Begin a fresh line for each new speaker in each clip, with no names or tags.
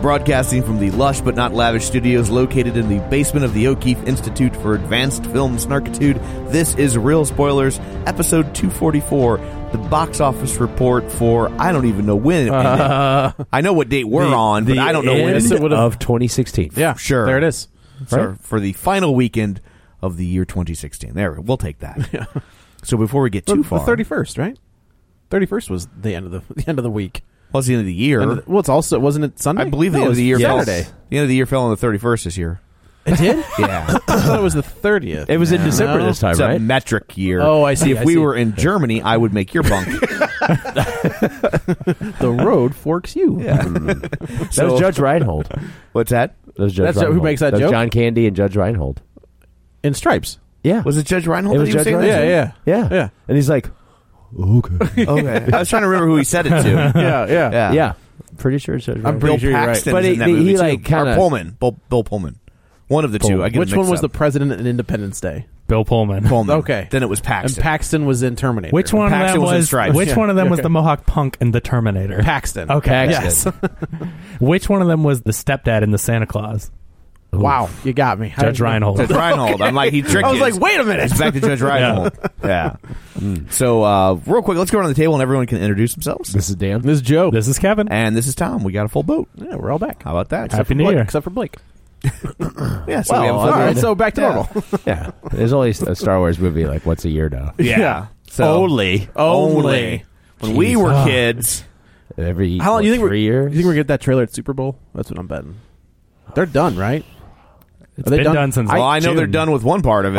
Broadcasting from the lush but not lavish studios located in the basement of the O'Keefe Institute for Advanced Film Snarkitude, this is Real Spoilers, episode 244, the box office report for I don't even know when it ended. I know what date we're on, but
the
I don't know when
end
it ended.
of 2016.
Yeah,
Sure.
There it is.
So,
right?
For the final weekend of the year 2016. There, we'll take that. So before we get too
The-
far,
The thirty first, right? Thirty first was the end of the, the end of the week.
well, it's the end of the
Er?
year.
End of the- well, it's also wasn't it Sunday?
I believe the
No,
end
it
of
was
the year fell-
Saturday.
The end of the year fell on the 31st this year.
It did.
Yeah.
I thought it was the thirtieth.
It was in December this time,
It's a
right?
metric year.
Oh, I see,
If
I
we
see.
were in Germany, I would make your bunk.
The road forks you.
Mm. That was Judge Reinhold. That
What's that?
was Judge
That's uh, who
Reinhold.
makes that
was
joke?
John Candy and Judge Reinhold.
In stripes.
Yeah.
Was it Judge Reinhold?
It was
that he
Judge
saying
Reinhold.
Yeah,
that
yeah,
Yeah.
Yeah.
And he's like, okay.
to? Okay. I was trying to remember who he said it to.
Yeah, yeah.
Yeah.
yeah. Pretty sure it's Judge Reinhold.
Bill
sure you're right.
Paxton's
But
in
he-
that
he,
movie
like,
too. Or
kinda-
Pullman. Bill, Bill Pullman. One of the two. I get
Which
them
one was
mixed
the
up.
president in Independence Day?
Bill Pullman.
Pullman?
Okay.
Then it was
And
Paxton.
Paxton was in Terminator.
Which one of
Paxton
them
was in
was?
Stripes.
Which
Yeah.
one of them was
Okay.
the Mohawk punk in the Terminator?
Paxton.
Okay.
Paxton.
Yes. which one of them was the stepdad in the Santa Claus?
Wow, you got me. How
Judge
did you-
Reinhold.
Judge Reinhold. I'm like, he tricked
I was
you.
like, wait a minute.
It's back to Judge Reinhold. yeah. So, uh, real quick, let's go around the table and everyone can introduce themselves.
This is Dan.
This is Joe.
This is Kevin.
And this is Tom. We got a full boat.
yeah, we're all back.
How about that?
Happy New
Blake-
Year.
Except for Blake.
yeah, so we have a
Well,
full
All
Other
right,
than-
so back to
Yeah.
normal.
yeah. There's only a Star Wars movie like once a year now.
Yeah. So
Only. Only.
When we
Jeez.
were
Ah.
kids,
Every
How long
what,
do you think we're?
three years?
You think we're gonna get that trailer at Super Bowl? That's what I'm betting. They're done, right?
It's
Are they
been
done?
done, since.
well, I
last
know they're
June.
done with one part of it.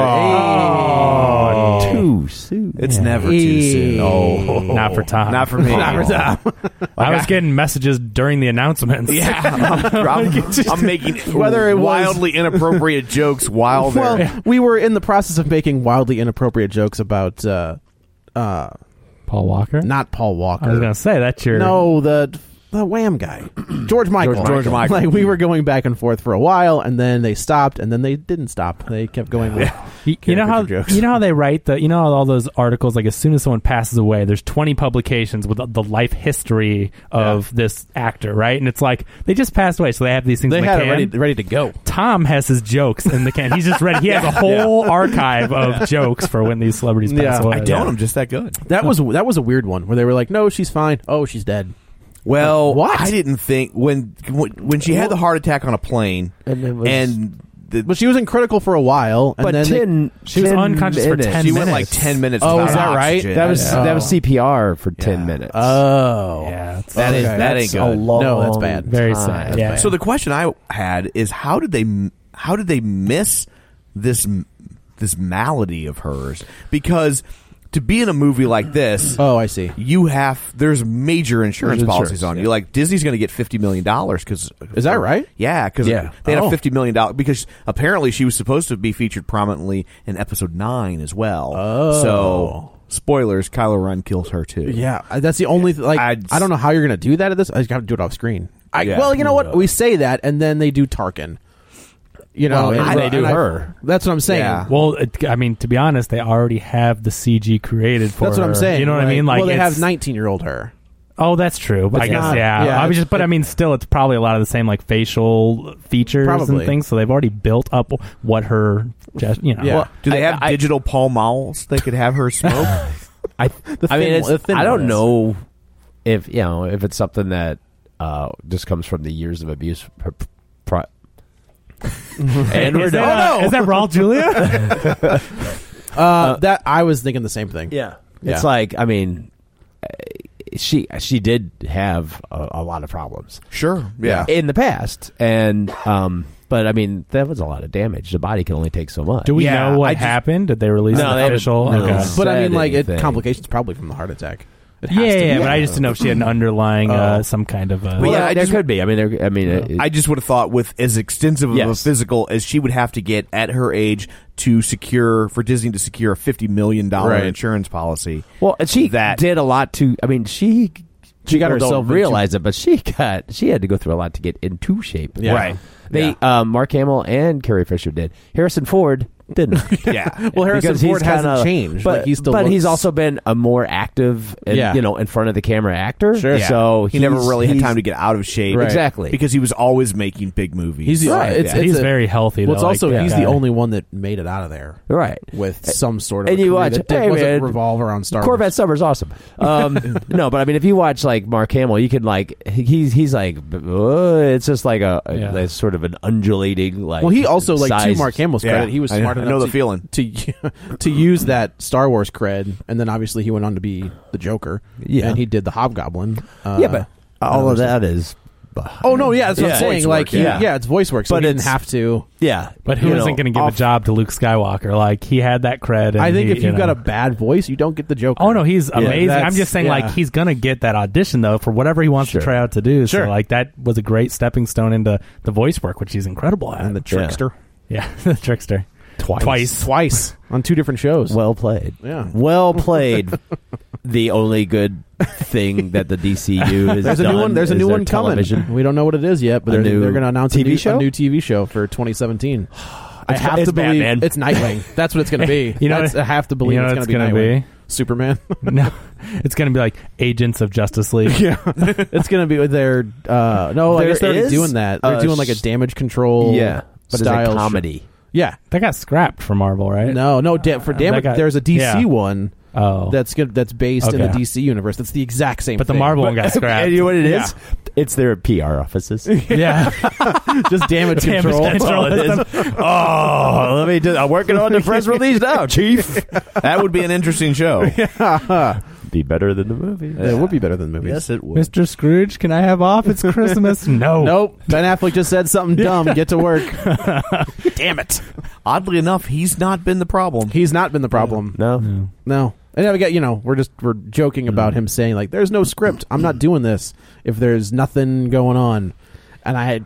Oh.
too soon?
It's never too soon.
Oh.
Not for Tom.
Not for me. Not for Tom.
I was getting messages during the announcements.
Yeah, I'm, I'm- I'm making
Whether it was-
wildly inappropriate jokes while they're
Well, we were in the process of making wildly inappropriate jokes about uh, uh,
Paul Walker.
not Paul Walker.
I was gonna say that's your
no, the the Wham guy, George Michael.
George George Michael. Michael.
Like we were going back and forth for a while, and then they stopped, and then they didn't stop. They kept going. With,
You, you know how
Caricature jokes.
you know how they write the you know how all those articles like as soon as someone passes away there's 20 publications with the- the life history of this actor right and it's like they just passed away so they have these things
They
in the
had
can.
it ready, ready to go.
Tom has his jokes in the can he's just ready he has a whole archive of jokes for when these celebrities pass
Yeah.
away
I don't. I'm just that good.
That was that was a weird one where they were like, "No, she's fine. Oh, she's dead."
Well,
What?
I didn't think when when she had the heart attack on a plane
And it was-
and the,
But she was in critical for a while, and
But
then they-
ten,
She was
ten
unconscious for
minutes.
10
she
minutes.
went like ten minutes.
Oh,
without
is that right?
oxygen.
That was
Yeah.
that was CPR for ten
Yeah.
minutes.
oh,
yeah it's
That is-
Okay.
that ain't
That's
good.
a long no, that's bad.
very
time.
sad yeah
So the question I had is how did they how did they miss this this malady of hers? Because to be in a movie like this,
Oh, I see.
you have there's major insurance
There's insurance,
policies on you. Like Disney's going to get fifty million dollars because
Is that right?
Yeah, because
Yeah.
they had
Oh.
a fifty million dollar because apparently she was supposed to be featured prominently in episode nine as well.
Oh.
so spoilers: Kylo Ren kills her too.
Yeah, I- that's the only th- like.
I'd-
I don't know how you're gonna do that at this. I just gotta do it off screen. I,
Yeah.
Well, you know what? We say that, and then they do Tarkin. You know,
Well,
and
and they do
I-
her.
that's what I'm saying.
Yeah.
well, it, I mean, to be honest, they already have the CG created for
That's what I'm
her.
saying.
You know what I mean? Like,
well, they
it's-
have 19 year old her.
Oh, that's true. But I guess
not-
yeah.
yeah,
I was
it's-
just, but I mean, still, it's probably a lot of the same like facial features
Probably.
and things. So they've already built up what her, gest- you know.
Yeah.
Well,
Do they
I-
have
I-
digital Pall Malls they could have her smoke?
I, I mean,
thin-
it's,
the thin
I
one
don't
is.
know if you know if it's something that uh, just comes from the years of abuse. Pr- pr- and we're
is, that,
done.
Oh, is that Raul Julia?
Uh, that I was thinking the same thing.
Yeah,
Yeah.
it's like I mean, uh, she she did have a, a lot of problems
sure. Yeah.
in the past, and um, but I mean that was a lot of damage. The body can only take so much.
Do we
Yeah,
know what
I just-
happened? Did they release
No,
an
they haven't-
official?
no.
Okay.
But I
Said
mean, like, it,
anything.
complications probably from the heart attack.
It has
Yeah,
to
yeah,
be.
yeah, but I just didn't know if she had an underlying uh, some kind of. Uh,
But
Well,
yeah,
yeah,
I
there
just-
could be. I mean, there, I mean, it-
I just would have thought with as extensive of a
Yes.
physical as she would have to get at her age to secure for Disney to secure a fifty million dollar
Right.
insurance policy.
Well, and she
that-
did a lot to. I mean, she
She got
people don't
herself into-
realize it, but she got she had to go through a lot to get into shape.
Yeah. Right.
They um, Mark Hamill and Carrie Fisher did. Harrison Ford didn't.
Yeah.
Well, Harrison
Because he's
Ford hasn't
kinda-
changed.
but
Like, he still
but he's
looks-
also been a more active, and,
Yeah.
you know, in front of the camera actor.
Sure. Yeah.
So
he never
he's-
really had
he's-
time to get out of shape.
Right.
Exactly.
Because he was always making big movies.
He's the
Right,
it's,
yeah.
it's
he's
a-
very healthy.
Well, it's
though,
also
like,
he's
that
the
guy.
only one that made it out of there
right
with some sort of.
and
a
you
career
watch
that, that
hey,
wasn't
man,
revolve around Star
Corvette
Wars.
Summer's awesome. Um, no, but I mean, if you watch like Mark Hamill, you can like he- he's he's like uh, it's just like a, a-
Yeah.
it's sort of an undulating like.
Well, he also like to
size-
Mark Hamill's
Yeah.
credit, he was
I-
smart
I
enough
know the
to,
feeling.
to to use that Star Wars cred, and then obviously he went on to be the Joker.
Yeah.
and he did the Hobgoblin. Uh,
Yeah, but all of
uh,
that is.
Oh no, yeah, that's what
Yeah.
I'm
Voice
saying.
work,
Like, he-
yeah.
yeah. it's voice work, so
But
he didn't
it's-
have to.
Yeah,
But who
you know,
not going to give
off-
a job to Luke Skywalker? Like he had that cred. and
I think
he-
if
you
you've got
know.
a bad voice, you don't get the Joker.
Oh no, he's amazing. I'm
that's-
just saying, like
yeah.
he's gonna get that audition though for whatever he wants
Sure.
to try out to do.
Sure.
So like that was a great stepping stone into the voice work, which he's incredible at.
and the trickster
yeah, the trickster.
twice.
Twice.
twice on two different shows.
Well played.
Yeah.
Well played. the only good thing that the DCU has
there's a
done
new one. There's a
is
new
their
one coming.
television.
We don't know what it is yet, but
A
they're,
new
they're going to announce a,
TV
new,
show?
a new TV show for 2017. I
It's-
have
it's
to believe
Batman.
it's Nightwing. That's what it's going to be.
You know
That's-
what-
I have to believe
you know
it's
what
going to be
it's gonna
Nightwing.
be?
Superman.
no, it's gonna be like Agents of Justice League.
yeah, it's going to be with their. Uh, no, I
There
guess they're already
is,
doing that. They're
uh,
doing like a
sh-
damage control.
Yeah, but it's a
style
comedy.
show. Yeah,
That got scrapped for Marvel, right?
no, no. Da- for damage,
got-
there's a DC
yeah.
one
Oh,
that's gonna, that's based in the
Okay.
DC universe. That's the exact same.
but the
thing.
Marvel one got scrapped.
And you know what it is?
Yeah.
It's their PR offices.
Yeah,
just damage
Damage
control.
control.
oh, let me do. I'm working on the press release now, Chief.
that would be an interesting show.
Be better than the movie.
It would be better than movies.
Yes, it would.
Mr. Scrooge, can I have off? It's Christmas. no,
Nope. Ben Affleck just said something dumb. Get to work. Damn it.
Oddly enough, he's not been the problem.
He's not been the problem.
No.
No. And then we got you know we're just we're joking about him saying like there's no script. I'm not doing this if there's nothing going on. And I had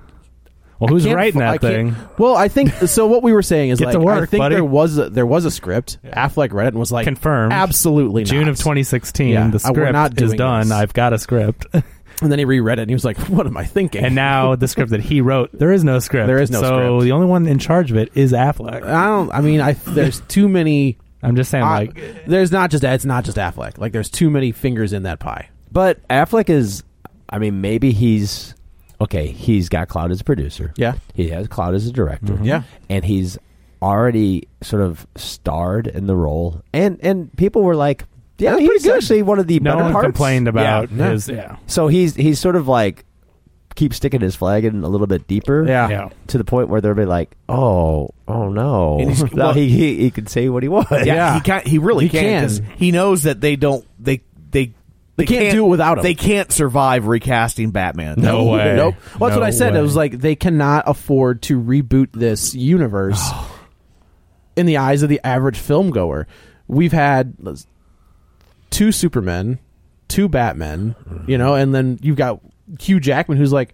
Well, who's
can't
writing
fi- I
that
can't-
thing?
Well, I think so. What we were saying is
Get
like
to
I
work,
think
buddy.
there was a, there was a script. Affleck read it and was like
Confirmed.
Absolutely, not.
June of 2016.
Yeah,
the
I- we're
script
not
is
doing
done.
this.
I've got a script.
And then he reread it and he was like, "What am I thinking?"
and now the script that he wrote, there is no script.
There is no
so
script.
the only one in charge of it is Affleck.
I don't. I mean, I there's too many.
I'm just saying, like,
I- there's not just it's not just Affleck. Like there's too many fingers in that pie.
But Affleck is. I mean, maybe he's okay. He's got Cloud as a producer.
Yeah.
He has Cloud as a director.
Mm-hmm.
Yeah.
and he's already sort of starred in the role, and and people were like, "Yeah, he's actually one of the
no
better
one
parts.
complained about
Yeah.
his. Yeah,
So he's he's sort of like keep sticking his flag in a little bit deeper.
Yeah.
yeah.
To the point where they're be like, oh, oh no,
And he's-
no,
well-
he, he he can say what he wants.
he can't. He really
He can.
can't. 'cause He knows that they don't. They they. They
can't do it without him.
They can't survive recasting Batman.
No way.
Nope. Well, that's
No
what I said.
way.
It was like they cannot afford to reboot this universe in the eyes of the average film goer. We've had let's- two Supermen, two Batmen, you know, and then you've got Hugh Jackman who's like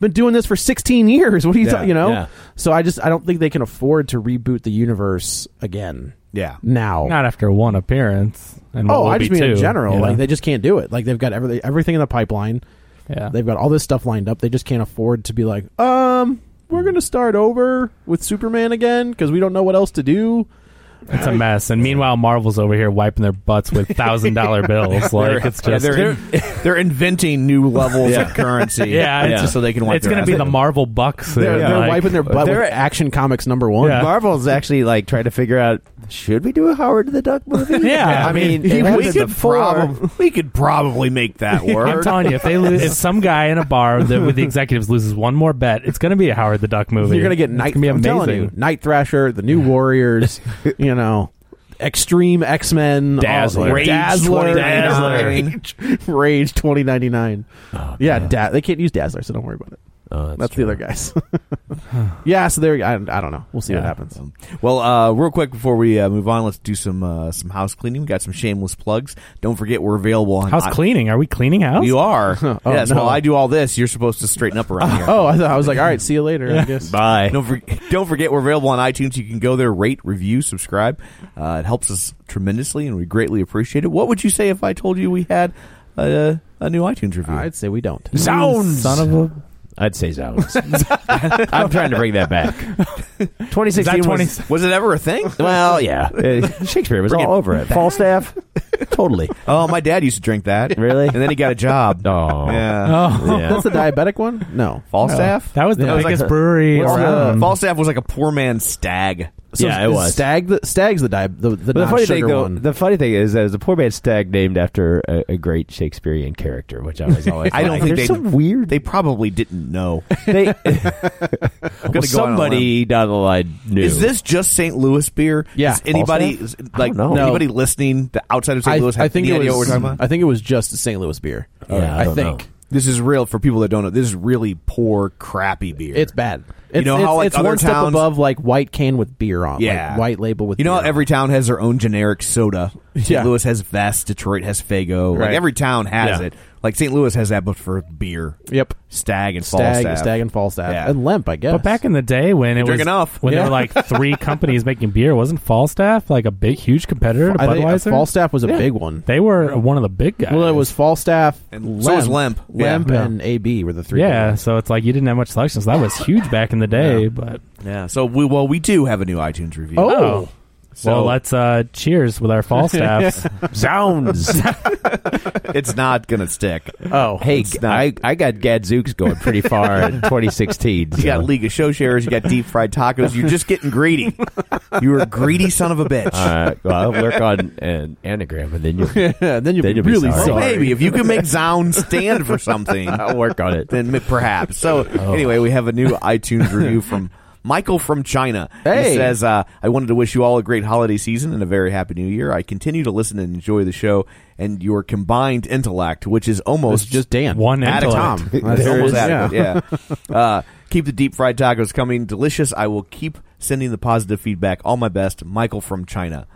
been doing this for 16 years. What are you
Yeah,
talking, you know?
yeah.
So I just I don't think they can afford to reboot the universe again
Yeah.
now.
Not after one appearance. And what
oh,
will
I
be
just mean
two,
in general.
you know?
Like they just can't do it. Like they've got everything everything in the pipeline.
yeah.
They've got all this stuff lined up. They just can't afford to be like, um, we're going to start over with Superman again because we don't know what else to do.
it's a mess. And meanwhile, Marvel's over here wiping their butts with thousand dollar bills. Like it's
Yeah,
just.
they're, they're inventing new levels of currency.
Yeah,
just
it's-
so they can. Wipe
it's
their
gonna be
ass.
the Marvel bucks.
They're,
there,
they're
like-
wiping their butt
they're-
with Action Comics number one.
Yeah.
Marvel's actually like trying to figure out should we do a Howard the Duck movie?
Yeah,
I
I
mean,
mean,
it
He-
happened
we could
before.
probably we could probably make that
I'm
work.
telling you, if they lose, if some guy in a bar the, with the executives loses one more bet, it's going to be a Howard the Duck movie.
You're going to get
It's
Night
gonna be
I'm telling you,
amazing.
Night Thrasher, the New Warriors, you know, Extreme X Men,
Dazzler. Rage
Dazzler,
2099.
Rage, Rage 2099. yeah, da- they can't use Dazzler, so don't worry about it.
Oh,
That's the other guys. yeah, so there. I, I don't know. We'll see what happens.
Well, uh, real quick before we uh, move on, let's do some uh, some house cleaning. We got some shameless plugs. Don't forget we're available on
House cleaning? Are we cleaning house?
You are
Oh,
yes.
no.
Well, I do all this. You're supposed to straighten up around here.
Oh, I, thought, I was like, all right, see you later. I guess.
Bye.
Don't, for- don't forget, we're available on iTunes. You can go there, rate, review, subscribe. Uh, it helps us tremendously, and we greatly appreciate it. What would you say if I told you we had a, a new iTunes review?
I'd say we don't.
Zounds. Son of a. I'd say zounds. I'm trying to bring that back. 2016
Is that 20
was.
was it ever a thing?
Well, yeah. Uh, Shakespeare was all over it. Falstaff? totally.
oh, my dad used to drink that.
Really?
And then he got a job.
Oh.
Yeah. Oh.
Oh,
Yeah.
That's the diabetic one. No.
Falstaff?
that was the
Yeah, it was like
biggest
a-
brewery
What's the-
around.
Falstaff was like a poor man's stag.
Yeah, it
is
was.
Stag. The, stag's the di- the, the,
But the funny thing,
non-sugar
though,
one.
the funny thing is, that it was a poor man's stag named after a, a great Shakespearean character, which I was always.
I don't
like.
think
They're
they-
so weird.
They probably didn't know.
They,
go
well, somebody down the line knew.
Is this just St. Louis beer?
Yeah.
Is anybody is-
Falstaff? I
like
don't know.
anybody listening to outside of St. Louis have any idea what we're talking about?
I think it was just St. Louis beer.
Yeah, I
I,
don't
think
know.
This is real for people that don't know. This is really poor, crappy beer.
it's bad. It's,
know
it's,
how, like,
it's
other
one step
towns-
above like white can with beer on. like,
Yeah.
white label with.
you know,
beer
how every town has their own generic soda. St.
Yeah.
Louis has Vest, Detroit has Fago. Like
Right.
every town has
Yeah.
it. Like St. Louis has that, but for beer,
on. Yep.
Stag and
Stag,
Falstaff.
Stag, and Falstaff,
Yeah.
and Lemp. I guess.
But back in the day when it
drink
was
enough.
when
Yeah.
there were like three companies making beer, wasn't Falstaff like a big, huge competitor to
I think
Budweiser?
uh, Falstaff was a big one.
they were one of the big guys.
Well, it was Falstaff,
And so was Lemp. Yeah.
Lemp,
Yeah.
and AB were the three.
yeah. So it's like you didn't have much selection. So that was huge back in the day. But
Yeah. So we well we do have a new iTunes review.
Oh,
Oh.
so
well, let's uh, cheers with our Falstaffs.
Zounds.
it's not gonna stick.
oh,
hey, I, I got Gadzooks going pretty far in 2016.
You got
so-
League of Show Sharers. You got deep fried tacos. You're just getting greedy. You're a greedy son of a bitch.
Uh, well, I'll work on an anagram, and then you
Yeah, then you'll
Then
be
you'll be
really
sorry.
Well,
sorry.
maybe if you can make Zound stand for something,
I'll work on it.
then m- perhaps. So
Oh.
anyway, we have a new iTunes review from Michael from China.
Hey.
He says, uh, "I wanted to wish you all a great holiday season and a very happy new year. I continue to listen and enjoy the show and your combined intellect, which is
It's
almost
just Dan.
One
at a
intellect.
time.
That's
That's almost
is-
adequate. Yeah. Uh, keep the deep fried tacos coming. Delicious. I will keep sending the positive feedback. All my best, Michael from China.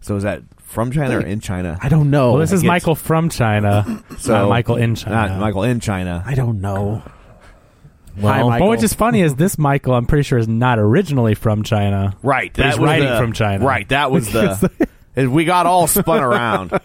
So is that from China or in China?
I don't know.
Well, this is
gets-
Michael from China, not Michael in China.
Not Michael in China.
I don't know. Hi,
Well,
Michael.
But which is funny is this Michael, I'm pretty sure, is not originally from China.
Right.
But
That
he's
was
writing
the-
from China.
Right. That was the. we got all spun around.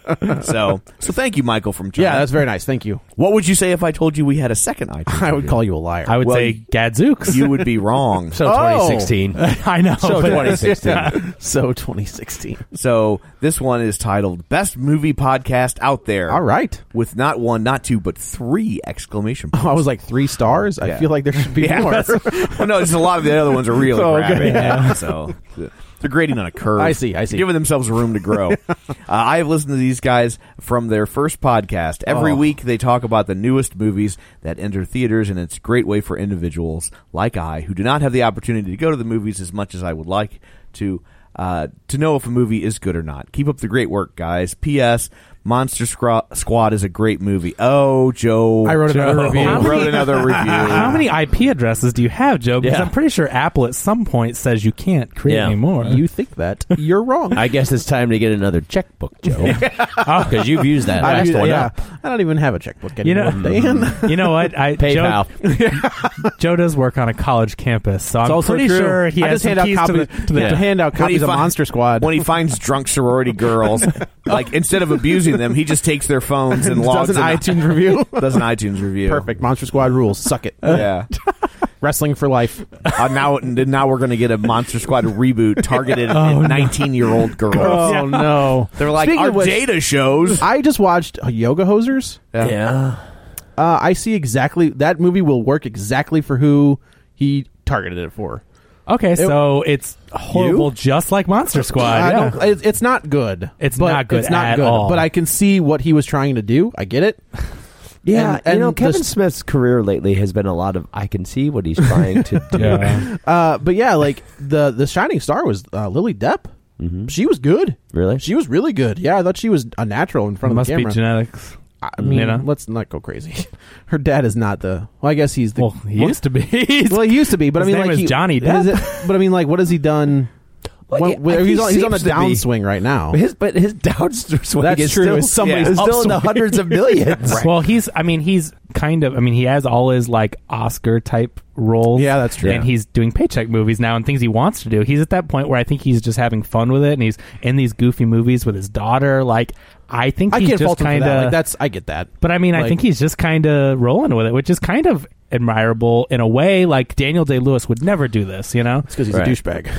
So so thank you, Michael from China.
yeah, that's very nice. Thank you.
what would you say if I told you we had a second iTunes?
I would
review?
call you a liar.
I would
Well,
say
you-
Gadzooks.
You Oh. would be wrong.
Oh.
So 2016.
I know.
So
but-
2016.
so 2016.
So this one is titled "Best Movie Podcast Out There."
All right.
with not one, not two, but three exclamation points.
I was like three stars. I
Yeah.
feel like there should be more.
well, no, just a lot of the other ones are really
Oh, okay.
crappy. Yeah, So they're grading on a curve.
I see, I see.
They're giving themselves room to grow. uh, I have listened to these guys from their first podcast. Every
Oh.
week they talk about the newest movies that enter theaters, and it's a great way for individuals like I who do not have the opportunity to go to the movies as much as I would like to. Uh, to know if a movie is good or not. Keep up the great work, guys. P.S. Monster Scra- Squad is a great movie. Oh, Joe.
I wrote another
Joe.
review.
I wrote another review.
How many IP addresses do you have, Joe? Because
Yeah.
I'm pretty sure Apple at some point says you can't create
Yeah.
anymore.
You think that you're wrong.
I guess it's time to get another checkbook, Joe, because you've used that
I
last
do-
one
yeah.
up.
I don't even have a checkbook
You
anymore.
know,
Dan.
you know what? I
PayPal.
Joe, Joe does work on a college campus, so I'm
also
pretty
true.
sure he
I
has
just
some
hand out
keys to the,
copies-
to the
to hand out
When he
copies of
fin-
Monster Squad.
When he finds drunk sorority girls, like instead of abusing them, he just takes their phones and logs
does an
in-
iTunes review.
does an iTunes review.
Perfect. Monster Squad rules. Suck it.
Yeah.
Wrestling for life.
Uh, now, now we're gonna get a Monster Squad reboot targeted at nineteen-year-old girls.
Oh no.
They're like
Speaking
our
of which-
data shows.
I just watched uh, Yoga Hosers.
Yeah.
Uh, I see exactly that movie will work exactly for who he targeted it for.
Okay, so it's horrible, just like Monster Squad.
I
yeah.
don't- Uh, it- it's not good.
It's
but
not good
It's not
at
good.
all.
But I can see what he was trying to do. I get it.
Yeah,
And-
you know
and
Kevin
this-
Smith's career lately has been a lot of I can see what he's trying to do.
Yeah.
Uh, but yeah, like the the shining star was uh, Lily Depp.
Mm-hmm.
She was good.
Really?
She was really good. Yeah, I thought she was a natural in front
Must
of the
be
camera.
genetics.
I mean,
You know?
let's not go crazy. Her dad is not the. Well, I guess he's the.
Well, he used to be. He's-
well, he used to be, but
his
I mean,
name
like
is
he-
Johnny
has
Depp.
it- but I mean, like, what has he done?
Well,
What-
yeah,
where-
he
he's, on, he's on a
seems to be-
downswing right now.
But his but his downswing
That's
is
true,
Still,
it's somebody's
is still in the
upswing.
hundreds of millions.
Well, he's. I mean, he's kind of. I mean, he has all his like Oscar type roles.
Yeah, that's true.
And he's doing paycheck movies now and things he wants to do. He's at that point where I think he's just having fun with it, and he's in these goofy movies with his daughter. Like, I think
I
he's
can't
just
fault him for
kind
that. Like,
of.
that's I get that.
But I mean, I
Like-
think he's just kind of rolling with it, which is kind of admirable in a way. Like Daniel Day Lewis would never do this, you know.
It's because he's
Right.
a douchebag.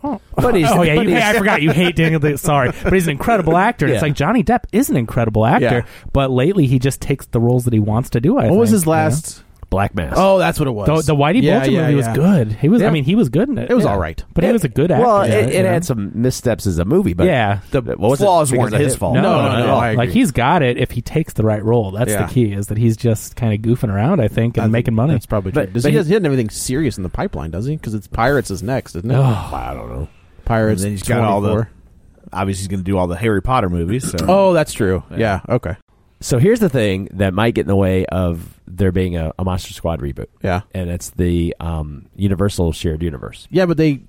But he's-
oh yeah,
but
you,
he's-
I forgot you hate Daniel Day. Sorry, but he's an incredible actor. and It's
Yeah.
like Johnny Depp is an incredible actor, but lately he just takes the roles that he wants to do. I
What was
think,
his
you know?
last?
Black Mass.
Oh, that's what it
The,
was.
the Whitey
Yeah,
Bulger
yeah,
movie was
yeah.
good. He was.
Yeah.
I mean, he was good in it.
It was
Yeah.
all right.
but he was a good actor.
Well, it,
in
it
you know?
had some missteps as a movie, but
Yeah.
the what was it?
flaws
Because
weren't
of
his fault.
No,
No,
no,
no,
no.
no, I agree.
Like he's got it if he takes the right role. That's
Yeah.
the key. Is that he's just kind of goofing around, I think, and making money.
That's probably true.
But-
does
but
he,
he-
doesn't he doesn't have anything serious in the pipeline, does he? Because it's Pirates is next, isn't it?
I don't know.
Pirates.
And then he's got all the-
24.
Obviously, he's going to do all the Harry Potter movies. So.
Oh, that's true. Yeah. Okay.
So here's the thing that might get in the way of there being a, a Monster Squad reboot,
Yeah.
and it's the um, Universal shared universe.
Yeah, but they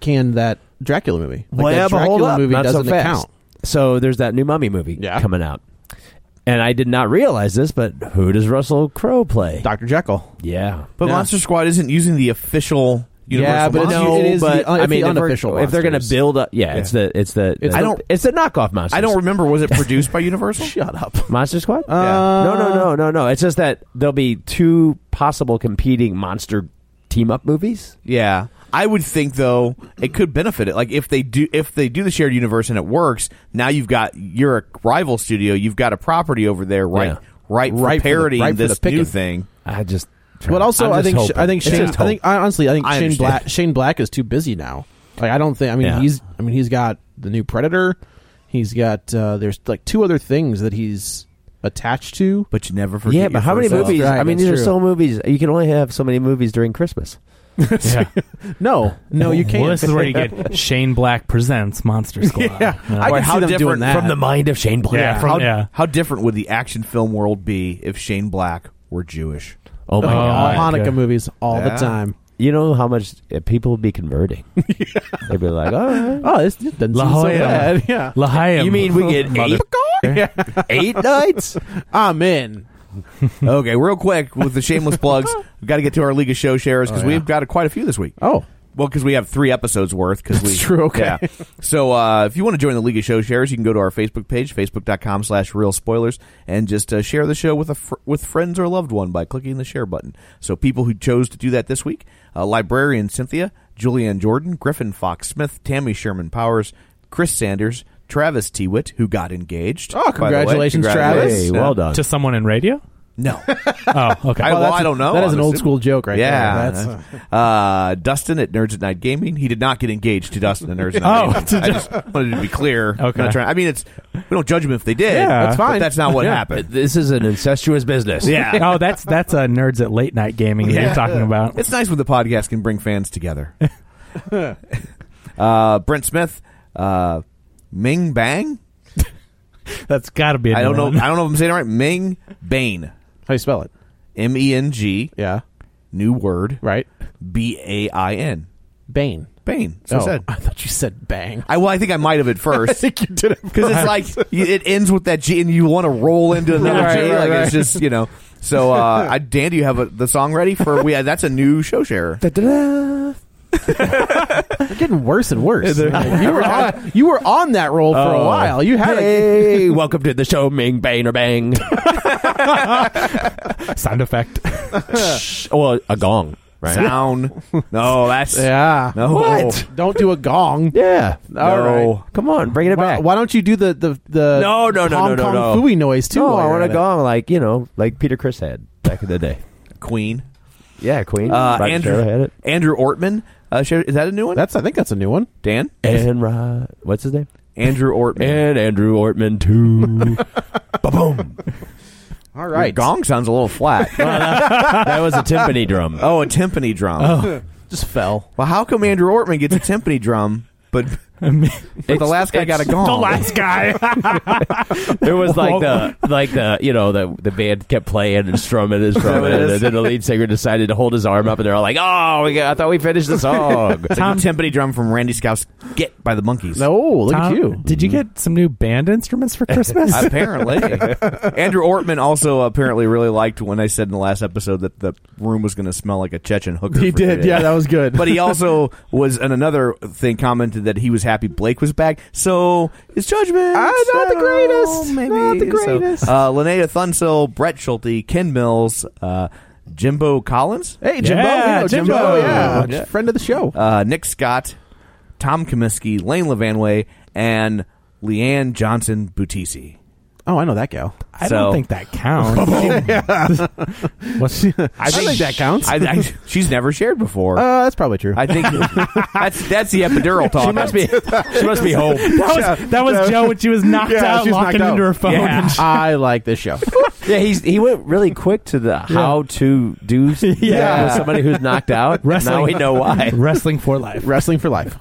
canned that Dracula movie. Like
Well,
that
but
Dracula
hold up,
movie
not so
doesn't
fast.
count.
So there's that new Mummy movie
Yeah.
coming out, and I did not realize this, but who does Russell Crowe play?
Doctor Jekyll.
yeah,
But
Yeah.
Monster Squad isn't using the official Universal
Yeah, but it's-
Monster-
it is the- uh,
I
it's
mean,
the
if we're-
unofficial
if they're going to
monsters.
build up, yeah, it's the it's the
It's
I
the-
don't it's the knockoff monster.
I don't remember. Was it produced by Universal?
Shut up.
Monster Squad.
Uh,
no, no, no, no, no. It's just that there'll be two possible competing monster team up movies.
Yeah. I would think though it could benefit it. Like if they do if they do the shared universe and it works, now you've got you're a rival studio, you've got a property over there, right?
Yeah.
Right, for
Right for the-
parodying
right for the
this
picking.
new thing.
I just.
But also,
I'm
I
just
think
hoping.
I think
It's
Shane. I
just hope.
think I, honestly, I think
I
Shane
understand.
Black Shane Black is too busy now. Like I don't think. I mean,
Yeah.
he's. I mean, he's got the new Predator. He's got. uh There's like two other things that he's attached to.
But you never forget.
Yeah, but
your
how many
first love.
movies?
Right,
I mean,
that's
these are
true.
so movies. You can only have so many movies during Christmas.
yeah.
No, no, you can't.
Well, this is where you get Shane Black presents Monster Squad.
yeah,
You know?
I
Or
can
how
see them
different
doing that.
From the mind of Shane Black.
Yeah, from-
how,
yeah.
how different would the action film world be if Shane Black were Jewish?
Oh my
Oh,
god!
all
my
Hanukkah
God.
movies all
Yeah.
the time.
You know how much uh, people would be converting? They'd be like, "Oh,
Oh, this, this doesn't
La
seem so
Jolla.
bad. Yeah,
L'chaim.
you mean we get eight, eight nights?"
I'm in.
okay, real quick with the shameless plugs, we've got to get to our League of Show Sharers
Oh,
because we've got a, quite a few this week.
Oh,
Well, because we have three episodes worth. Because we
true, okay.
Yeah. So uh, if you want to join the League of Show Shares, you can go to our Facebook page, facebook.com slash real spoilers, and just uh, share the show with a fr- with friends or loved one by clicking the share button. So people who chose to do that this week: uh, librarian Cynthia, Julianne Jordan, Griffin Fox Smith, Tammy Sherman Powers, Chris Sanders, Travis Tewitt, who got engaged.
Oh,
by the way.
congratulations, Travis.
Hey, well done.
to someone in radio?
No.
Oh, okay.
I, well,
that's-
I don't know.
That is an old
honestly.
school joke, right
Yeah,
there. That's,
that's- uh, Dustin at Nerds at Night Gaming. He did not get engaged to Dustin at Nerds at Night.
Oh.
Gaming. I just wanted to be clear. I'm
Okay.
not trying- I mean, it's we don't judge them if they did.
Yeah.
that's
That's
fine. That's not what
Yeah.
happened.
This is an incestuous business.
Yeah,
oh, that's that's uh, nerds at late night gaming that
Yeah.
you're talking about.
it's nice when the podcast can bring fans together. uh, Brent Smith, uh, Ming Bang.
That's got to be. A
I
new
don't know.
one.
I don't know if I'm saying it right. Ming Bane.
how do you spell it?
M E N G.
Yeah,
New word.
right.
B A I N.
Bane.
Bane. So
oh,
said.
I thought you said bang.
I well, I think I might have at first.
think you did it
because it's like y- it ends with that G, and you want to roll into another
Right,
G.
right,
like
right.
it's just you know. So, uh, I, Dan, do you have a, the song ready for we? uh, That's a new show share.
Da-da-da.
You're getting worse and worse. Like, you were on, you were on that roll for a while. You had a
Oh. Hey, welcome to the show, Ming Bang or Bang.
Sound effect.
oh, well, a gong, right?
Sound? No, that's
yeah.
No.
What?
Don't do a gong.
Oh. Yeah.
All
no.
right.
Come on, bring it
Why,
back.
why don't you do the the the
No, no, no,
Hong
no, no,
Kong
no.
fooey noise too?
no,
while
I
you're
want
at
a
it?
gong like you know, like Peter Chris had back in the day.
Queen.
Yeah, Queen.
Uh,
Roger
Andrew
Taylor had it.
Andrew Ortman. Uh, share, is that a new one?
That's I think that's a new one.
Dan.
And Rod, what's his name?
Andrew Ortman.
And Andrew Ortman too. Boom.
All
Your
right,
Gong sounds a little flat.
That was a timpani drum.
oh, a timpani drum.
just fell.
Well, how come Andrew Ortman gets a timpani drum, but But the last guy got a gong.
The last guy.
There was like the like the you know the the band kept playing and strumming and strumming, and then the lead singer decided to hold his arm up, and they're all like, "Oh, we got, I thought we finished the song."
Tom Timpani drum from Randy Scouse Get by the Monkeys.
No, look
Tom,
at you.
Did you get some new band instruments for Christmas?
Apparently, Andrew Ortman also apparently really liked when I said in the last episode that the room was going to smell like a Chechen hooker.
He
for
did.
today.
Yeah, that was good.
But he also was, and another thing commented that he was happy Blake was back. So his judgment,
Ah, not the
I don't
greatest.
know,
Not the
So,
greatest.
uh, Linnea Thunsell, Brett Schulte, Ken Mills, uh, Jimbo Collins,
hey, Jimbo,
Yeah,
we know Jimbo,
Jimbo.
yeah,
Yeah.
friend of the show.
uh, Nick Scott, Tom Comiskey, Lane Levanway, and Leanne Johnson Butisi.
Oh, I know that gal.
I
So-
don't think that counts. What's-
I think that counts.
I, I, she's never shared before.
uh, that's probably true.
I think that's that's the epidural talk. She must be she must be home.
that was, that was Joe when she was knocked
Yeah,
out,
she was
locking
knocked
into
out.
her phone.
Yeah.
and she-
I like this show.
yeah, he's he went really quick to the how to do s-
Yeah.
with somebody who's knocked out.
Wrestling.
Now we know why.
Wrestling for life.
Wrestling for life.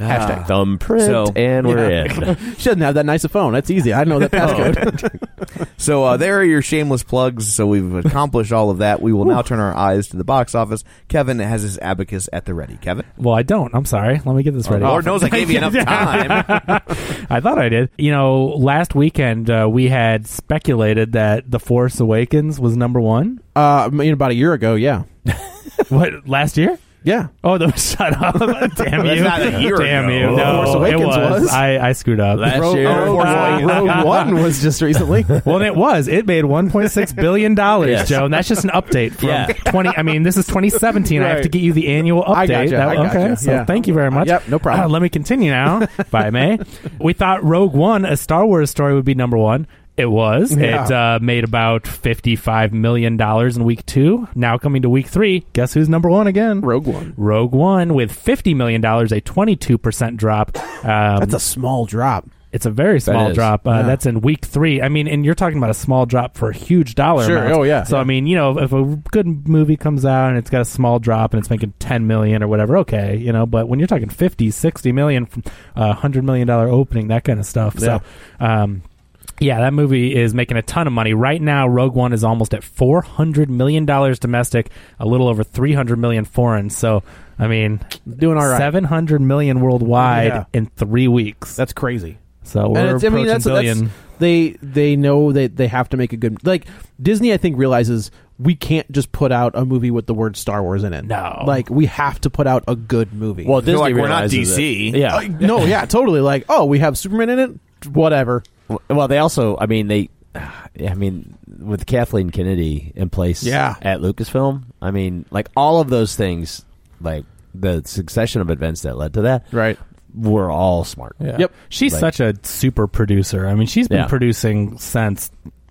Hashtag thumbprint,
So-
and we're in.
She doesn't have that nice a phone. That's easy. I know that
Oh.
passcode.
So uh, there are your shameless plugs. So we've accomplished all of that. We will now turn our eyes to the box office. Kevin has his abacus at the ready. Kevin,
Well, I don't. I'm sorry. Let me get this ready.
Lord knows I gave you enough time.
I thought I did. You know, last weekend uh, we had speculated that The Force Awakens was number one.
uh, I mean, about a year ago, yeah,
What last year?
yeah.
Oh, no, shut up! Damn you!
not a year
Damn
ago.
you!
The
No,
Force Awakens
it was.
was.
I, I screwed up.
Last
Ro-
year.
oh,
Force
wow.
Awakens.
Rogue One was just recently.
Well, it was. It made 1.6 billion dollars,
Yes.
Joe, and that's just an update from
Yeah.
20. I mean, this is 2017. I have to
Right.
get you the annual update.
I gotcha. I gotcha.
okay, so
Yeah.
thank you very much.
Yep, no problem.
Uh, let me continue now, if I may. We thought Rogue One, a Star Wars story, would be number one. It was.
Yeah.
It uh, made about 55 million dollars in week two. Now coming to week three, guess who's number one again?
Rogue One.
Rogue One with 50 million dollars, a 22 percent drop. Um,
That's a small drop.
it's a very small
is.
drop. Uh,
Yeah.
That's in week three. I mean, and you're talking about a small drop for a huge dollar.
Sure.
amount.
Oh, yeah.
So
Yeah.
I mean, you know, if a good movie comes out and it's got a small drop and it's making 10 million or whatever, okay, you know. But when you're talking 50, 60 million, uh, 100 million dollar opening, that kind of stuff. So, um, yeah, that movie is making a ton of money right now. Rogue One is almost at 400 million dollars domestic, a little over 300 million foreign. So, I mean,
Doing all right.
700 million worldwide
Yeah.
in three weeks.
That's crazy.
uh,
So
And
we're
it's, I mean,
approaching
that's,
billion.
that's they they know that they have to make a good like Disney. I think realizes we can't just put out a movie with the word Star Wars in it.
No.
like we have to put out a good movie.
Well, Disney
like, we're not
realizes it.
DC.
Yeah,
Uh, no, yeah, totally. Like, oh, we have Superman in it. Whatever.
Well, they also, I mean, they, I mean, with Kathleen Kennedy in place,
Yeah.
at Lucasfilm, I mean, like all of those things, like the succession of events that led to that,
Right.
were all smart.
Yeah.
Yep.
She's
Like-
such a super producer. I mean, she's been
Yeah.
producing since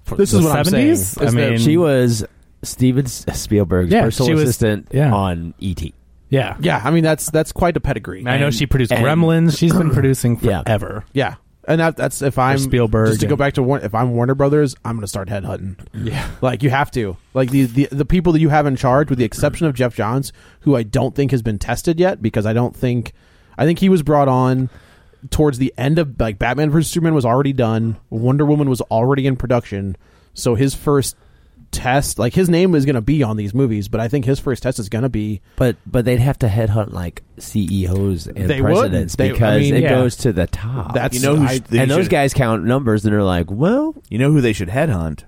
f-
This
the
is what I'm saying,
70s? i
is that
mean,
She was Steven S- Spielberg's
Yeah,
personal
she was-
assistant
yeah.
on E ET.
yeah.
Yeah, I mean that's that's quite a pedigree.
I know
And-
she produced
and-
Gremlins. She's been producing
Yeah.
forever.
Yeah, and that, that's if I'm
Spielberg
Just to go
and-
back to Warner, if I'm Warner Brothers, I'm going to start headhunting. Yeah, like you have to. Like the, the the people that you have in charge, with the exception of Jeff Johns, who I don't think has been tested yet, because I don't think, I think he was brought on towards the end of like Batman vs Superman was already done, Wonder Woman was already in production, so his first test, like his name is going to be on these movies, but I think his first test is going to be
But but they'd have to headhunt like CEOs and
They would.
presidents
They- I
because
mean,
it
yeah.
goes to the top.
that's
You know who
I-
sh- they
and those
should-
guys count numbers and they're like, well,
You know who they should headhunt?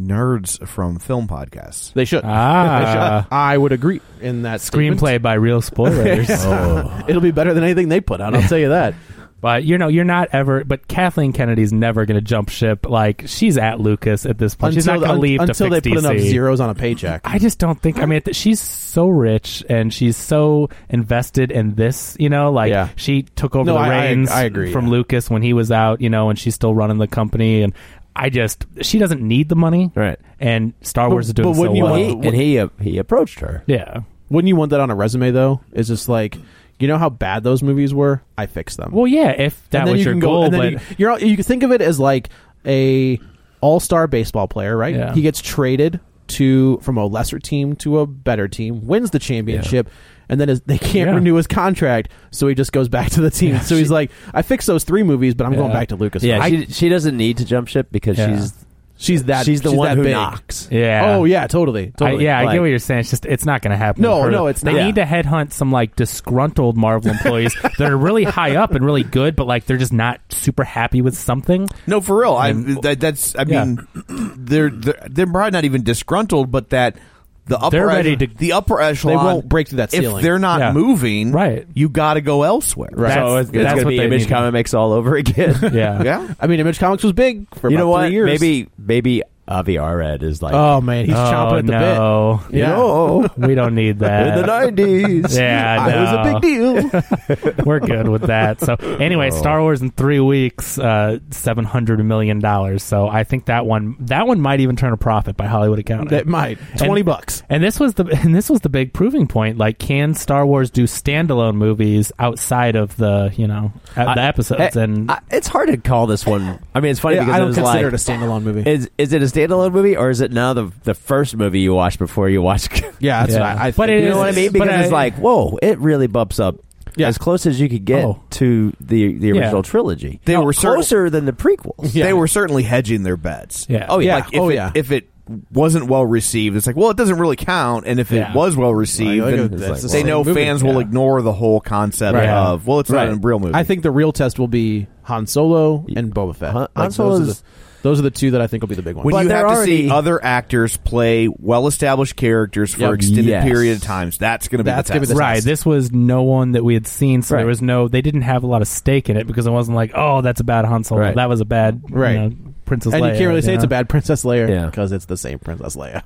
Nerds from film podcasts.
they should.
Ah.
I would agree in that statement.
Screenplay by real spoilers.
Oh.
It'll be better than anything they put out. I'll tell you that.
But you know, you're not ever. But Kathleen Kennedy's never going to jump ship. Like she's at Lucas at this point. she's not going
un-
to leave to
until
fix
they put enough
DC.
zeros on a paycheck.
I just don't think. I mean, th- she's so rich and she's so invested in this. You know, like
Yeah.
she took over
No,
the
I- I-
reins
I agree,
from
yeah.
Lucas when he was out. You know, and she's still running the company. And I just, she doesn't need the money.
Right.
And Star Wars is doing
but
so
wouldn't you
well.
he,
want-
and he uh, he approached her.
yeah.
Wouldn't you want that on a resume though? Is just like, you know how bad those movies were. I fixed them.
Well, yeah. If that
and then
was
you
your
can
goal,
go. And
but
then you, you're you can think of it as like a all star baseball player, right?
Yeah.
He gets traded to from a lesser team to a better team, wins the championship, and then his, they can't
Yeah.
renew his contract, so he just goes back to the team. so he's like, I fixed those three movies, but I'm going
Yeah.
back to Lucas.
Yeah, she, she doesn't need to jump ship because
Yeah.
she's
she's that.
she's the
she's
one
that
who
big.
knocks.
Yeah.
Oh yeah, totally,
I,
totally.
yeah, I
Like,
get what you're saying. It's just it's not going to happen.
No,
for-
no, it's
they
not.
need to headhunt some like disgruntled Marvel employees that are really high up and really good, but like they're just not super happy with something.
No, for real. I that, that's. I
Yeah.
mean, they're, they're they're probably not even disgruntled, but that the upper
They're ready
ech-
to-
the upper echelon
They won't break through that
if
ceiling.
they're not
Yeah.
moving.
Right.
you got to go elsewhere.
Right.
So
That's-
it's,
that's
going to
what
be
they
Image
need.
Comics all over again.
Yeah.
Yeah.
I mean, Image Comics was big for
you
about
know what?
three years.
Maybe maybe Avi Arad is like
Oh man, he's
oh,
chomping at the
no.
bit. Yeah.
know,
we don't need that.
in the nineties.
Yeah,
I was a
no.
big deal.
We're good with that. So anyway,
Oh.
Star Wars in three weeks, uh, seven hundred million dollars. So I think that one that one might even turn a profit by Hollywood accounting.
that might twenty
And-
bucks.
And this was the and this was the big proving point. Like, can Star Wars do standalone movies outside of the you know uh, the episodes? and
I- it's hard to call this one. I mean, it's funny
Yeah,
because
I
it
don't
was
consider
like
it a standalone movie.
is is it a standalone movie or is it now the the first movie you watch before you watch?
yeah, that's what
Yeah.
I, I
But
think.
it
you know
is-
what I
but
mean? Because it's
I-
like, whoa, it really bumps up.
Yeah.
As close as you could get
Oh.
to the the
Yeah.
original trilogy,
They
No,
were certain-
closer than the prequels.
They were certainly hedging their bets.
Yeah.
Oh yeah.
Yeah.
Like, if
Oh,
it,
yeah.
If it wasn't well received, it's like, well, it doesn't really count. And if
Yeah.
it was well received,
Like,
then
it's like,
they
well,
know
movie.
fans will
Yeah.
ignore the whole concept
Right.
of well, it's
Right.
not a real movie.
I think the real test will be Han Solo and Boba Fett.
Han-
Like,
Han
those, are
Solo's-
the, those are the two that I think will be the big ones.
when
But
you
they're
have to
already-
see other actors play well-established characters for
Yep.
extended
Yes.
period of times, that's going to be
That's
the
gonna be
test.
the
right,
test.
this was no one that we had seen, so
Right.
there was no they didn't have a lot of stake in it because it wasn't like, oh, that's a bad Han Solo,
Right.
that was a bad you
Right.
know, Princess.
and you
Leia,
can't really say it's
know?
a bad Princess Leia
Yeah.
because it's the same Princess Leia.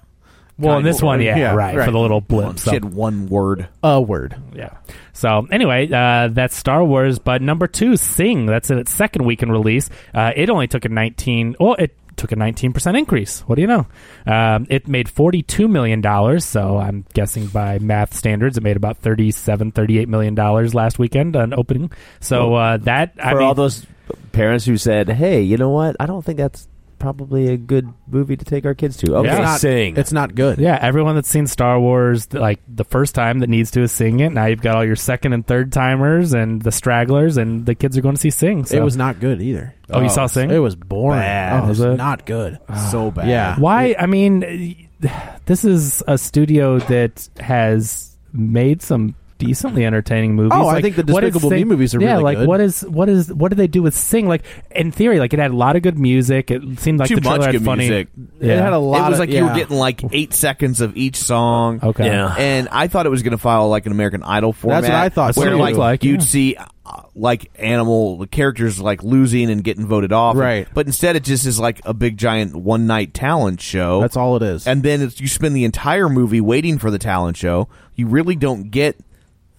Well, in this one, yeah,
Yeah,
right,
right.
for the little blip.
She
So,
had one word.
A word.
yeah. So anyway, uh, that's Star Wars. But number two, Sing. That's in its second week in release. Uh, it only took a nineteen. Well, it took a nineteen percent increase. What do you know? Um, it made forty two million dollars. So I'm guessing by math standards, it made about 37, 38 million dollars last weekend on opening. So uh, that I
for
mean,
all those parents who said, "Hey, you know what? I don't think that's probably a good movie to take our kids to." Okay,
Yeah.
It's not,
sing.
It's not good.
Yeah, everyone that's seen Star Wars th- like the first time that needs to is Sing it. Now you've got all your second and third timers and the stragglers, and the kids are going to see Sing. So.
It was not good either.
Oh, you saw Sing?
It was boring.
Bad.
Oh, it was
Was it? Ah.
not good.
So bad.
Ah, Yeah.
Why? I mean, this is a studio that has made some decently entertaining movies.
Oh, I
Like,
think the
what is
Despicable Me
Sing-
movies are
yeah,
really
like
good.
what is what is what did they do with Sing? Like in theory, like it had a lot of good music. It seemed like
Too
the trailer
much
had
good
funny.
music.
Yeah.
It had a lot
it was
of
like you were
yeah.
getting like eight seconds of each song.
Okay.
Yeah.
And I thought it was going to follow like an American Idol format.
That's what I thought,
Where
too.
like,
Like,
you'd
yeah.
see uh, like animal characters like losing and getting voted off.
Right.
But instead, it just is like a big giant one night talent show.
That's all it is.
And then it's, you spend the entire movie waiting for the talent show. You really don't get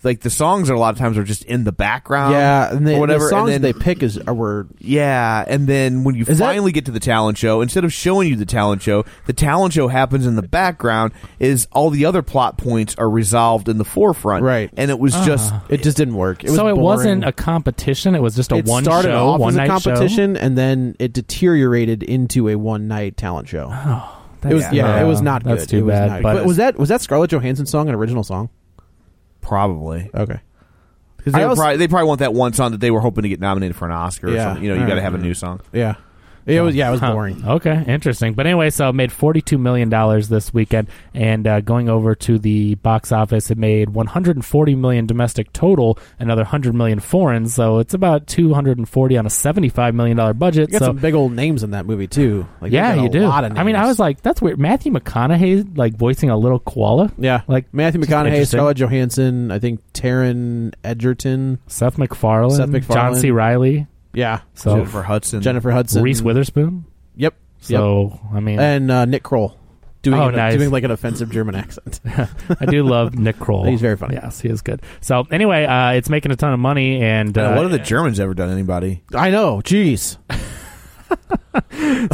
like the songs. Are a lot of times are just in the background.
yeah, and um, the,
or whatever.
the songs
and then,
they pick is are, were
yeah, and then when you
Is that-
finally get to the talent show, instead of showing you the talent show, the talent show happens in the background. Is all the other plot points are resolved in the forefront,
Right. Uh-huh.
And it was just
it just didn't work. It was
so it
boring.
wasn't a competition. It was just a
it
one
started
show,
off
one
as a
night show.
competition, and then it deteriorated into a one night talent show. it was
That's-
yeah, it was not
Ah, That's
good.
too
It was
bad,
not-
but-
was that was that Scarlett Johansson song an original song?
probably
Okay,
because they,
I
were
also-
probably they probably want that one song that they were hoping to get nominated for an Oscar. or
Yeah.
something. You know, you
All
got to
right.
have a new song.
yeah, it was Oh, yeah, it was
Oh. Huh.
boring.
Okay, interesting. But anyway, so it made forty-two million dollars this weekend, and uh, going over to the box office, it made one hundred and forty million domestic total, another hundred million foreign. So it's about two hundred and forty on a seventy-five million dollar budget.
You got
so
some big old names in that movie too. Like, they
yeah,
got a
you do.
lot of
I mean, I
names.
was like, that's weird. Matthew McConaughey like voicing a little koala.
yeah,
like,
like Matthew
just
McConaughey,
interesting.
Scarlett Johansson, I think Taryn Edgerton.
Seth MacFarlane,
Seth
John
MacFarlane.
C. Riley,
Yeah,
so
Jennifer Hudson,
Oh. Jennifer Hudson,
Reese Witherspoon.
Yep, yep.
So I mean,
and uh, Nick Kroll doing
Oh,
an-
nice.
doing like an offensive German accent.
I do love Nick Kroll.
He's very funny.
Yes, he is good. So anyway, uh, it's making a ton of money, and
Uh,
uh,
what have the Germans ever done anybody?
I know. Jeez.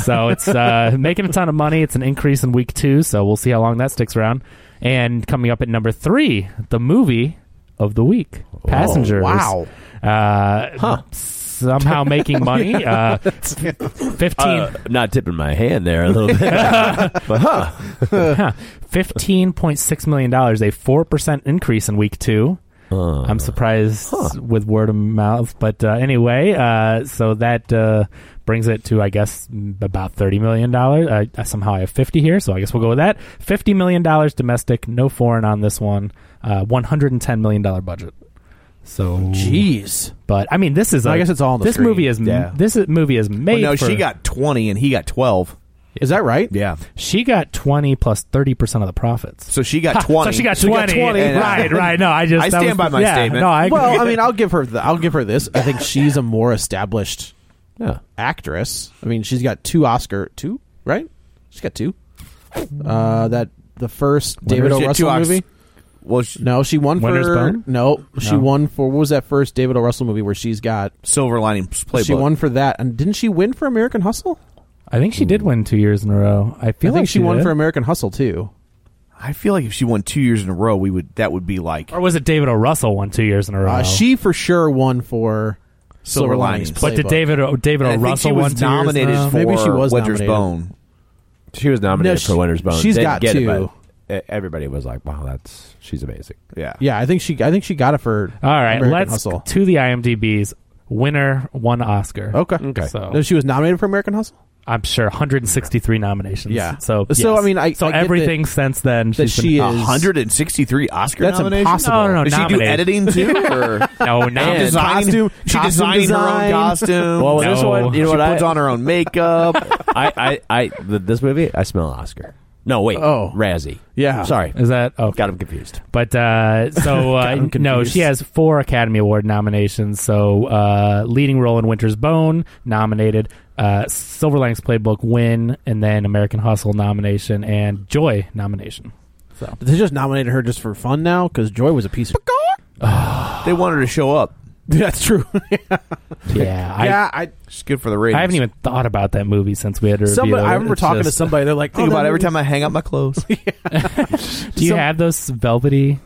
so it's uh, making a ton of money. It's an increase in week two, so we'll see how long that sticks around. And coming up at number three,
Oh,
the movie of the week, Passengers.
wow.
Uh, huh. somehow making money. Uh, fifteen.
Uh, not tipping my hand there a little bit. but, huh.
Fifteen point six million dollars, a four percent increase in week two.
Uh.
I'm surprised with word of mouth, but uh, anyway, uh, so that uh, brings it to I guess m- about thirty million dollars. Uh, somehow I have fifty here, so I guess we'll go with that. Fifty million dollars domestic, no foreign on this one. Uh, One hundred and ten million dollar budget. So,
Oh,
Jeez.
but I mean, this is
I
a-
guess it's all on the
this
screen.
movie is m-
Yeah.
this is- movie is made.
Well, no,
for-
she got 20 and he got 12.
Is that right?
Yeah.
she got twenty plus thirty percent of the profits.
So she got
Ha,
20.
So she got twenty.
and, uh,
Right, right. No, I just
I
that
stand
was-
by my
yeah,
statement.
No, I agree.
Well, I mean, I'll give her the, I'll give her this. I think she's a more established
Yeah.
actress. I mean, she's got two Oscar, two right? She's got two. Uh, that the first David
She
O.
had two
Russell
Osc-
movie.
Well, she,
No, she won
Winter's
for
Bone?
no, she
No.
won for what was that first David O. Russell movie where she's got
Silver Lining Playbook.
she won for that and didn't she win for American Hustle?
I think she did win two years in a row. I
I
feel
think
like
she, won
did.
for American Hustle too.
I feel like if she won two years in a row, we would that would be like
or was it David O. Russell won two years in a row?
Uh, she for sure won for Silver Linings.
Playbook.
but did
Playbook.
David O. David
And
O.
I think she
Russell won
was
two years in a
nominated
row?
for
Maybe she was
Winter's
nominated.
Bone.
She was
No,
nominated
she-
for Winter's Bone.
she's
Didn't
got
get it,
two.
but, uh, everybody was like, "Wow, that's she's amazing."
Yeah.
Yeah, I think she I think she got it for
All right,
American
let's
Hustle.
to the IMDb's winner one Oscar.
okay.
Okay.
So
No, she was nominated for American Hustle.
I'm sure 163 nominations.
Yeah.
So
So,
yes.
I mean, I-
so
I get that-
everything since then
That
she's been-
she is
163 Oscar
That's
nominations.
impossible.
No, no, no,
Did she do
nominated.
editing too? Or
No, not
Design-
Costume-
She
costume
designed her
design.
own costume.
Oh,
Well,
No.
this one, you know
she
what
puts
I,
on her own makeup.
I, I, I, th- this movie, I smell an Oscar. No, wait,
Oh.
Razzie.
Yeah.
sorry,
Is that oh, okay?
got him confused.
But uh, so uh,
I'm
no,
confused.
she has four Academy Award nominations. So uh, leading role in Winter's Bone nominated, uh, Silver Linings Playbook win, and then American Hustle nomination and Joy nomination.
They just nominated her just for fun now because Joy was a piece of.
they want her to show up.
That's true.
Yeah,
yeah, I.
She's good for the ratings.
I, I haven't even thought about that movie since we had to review
Somebody,
it.
I remember
It's
talking
just-
to somebody. They're like,
think
oh,
about
that
it every
movie-
time I hang up my clothes.
Do you have those velvety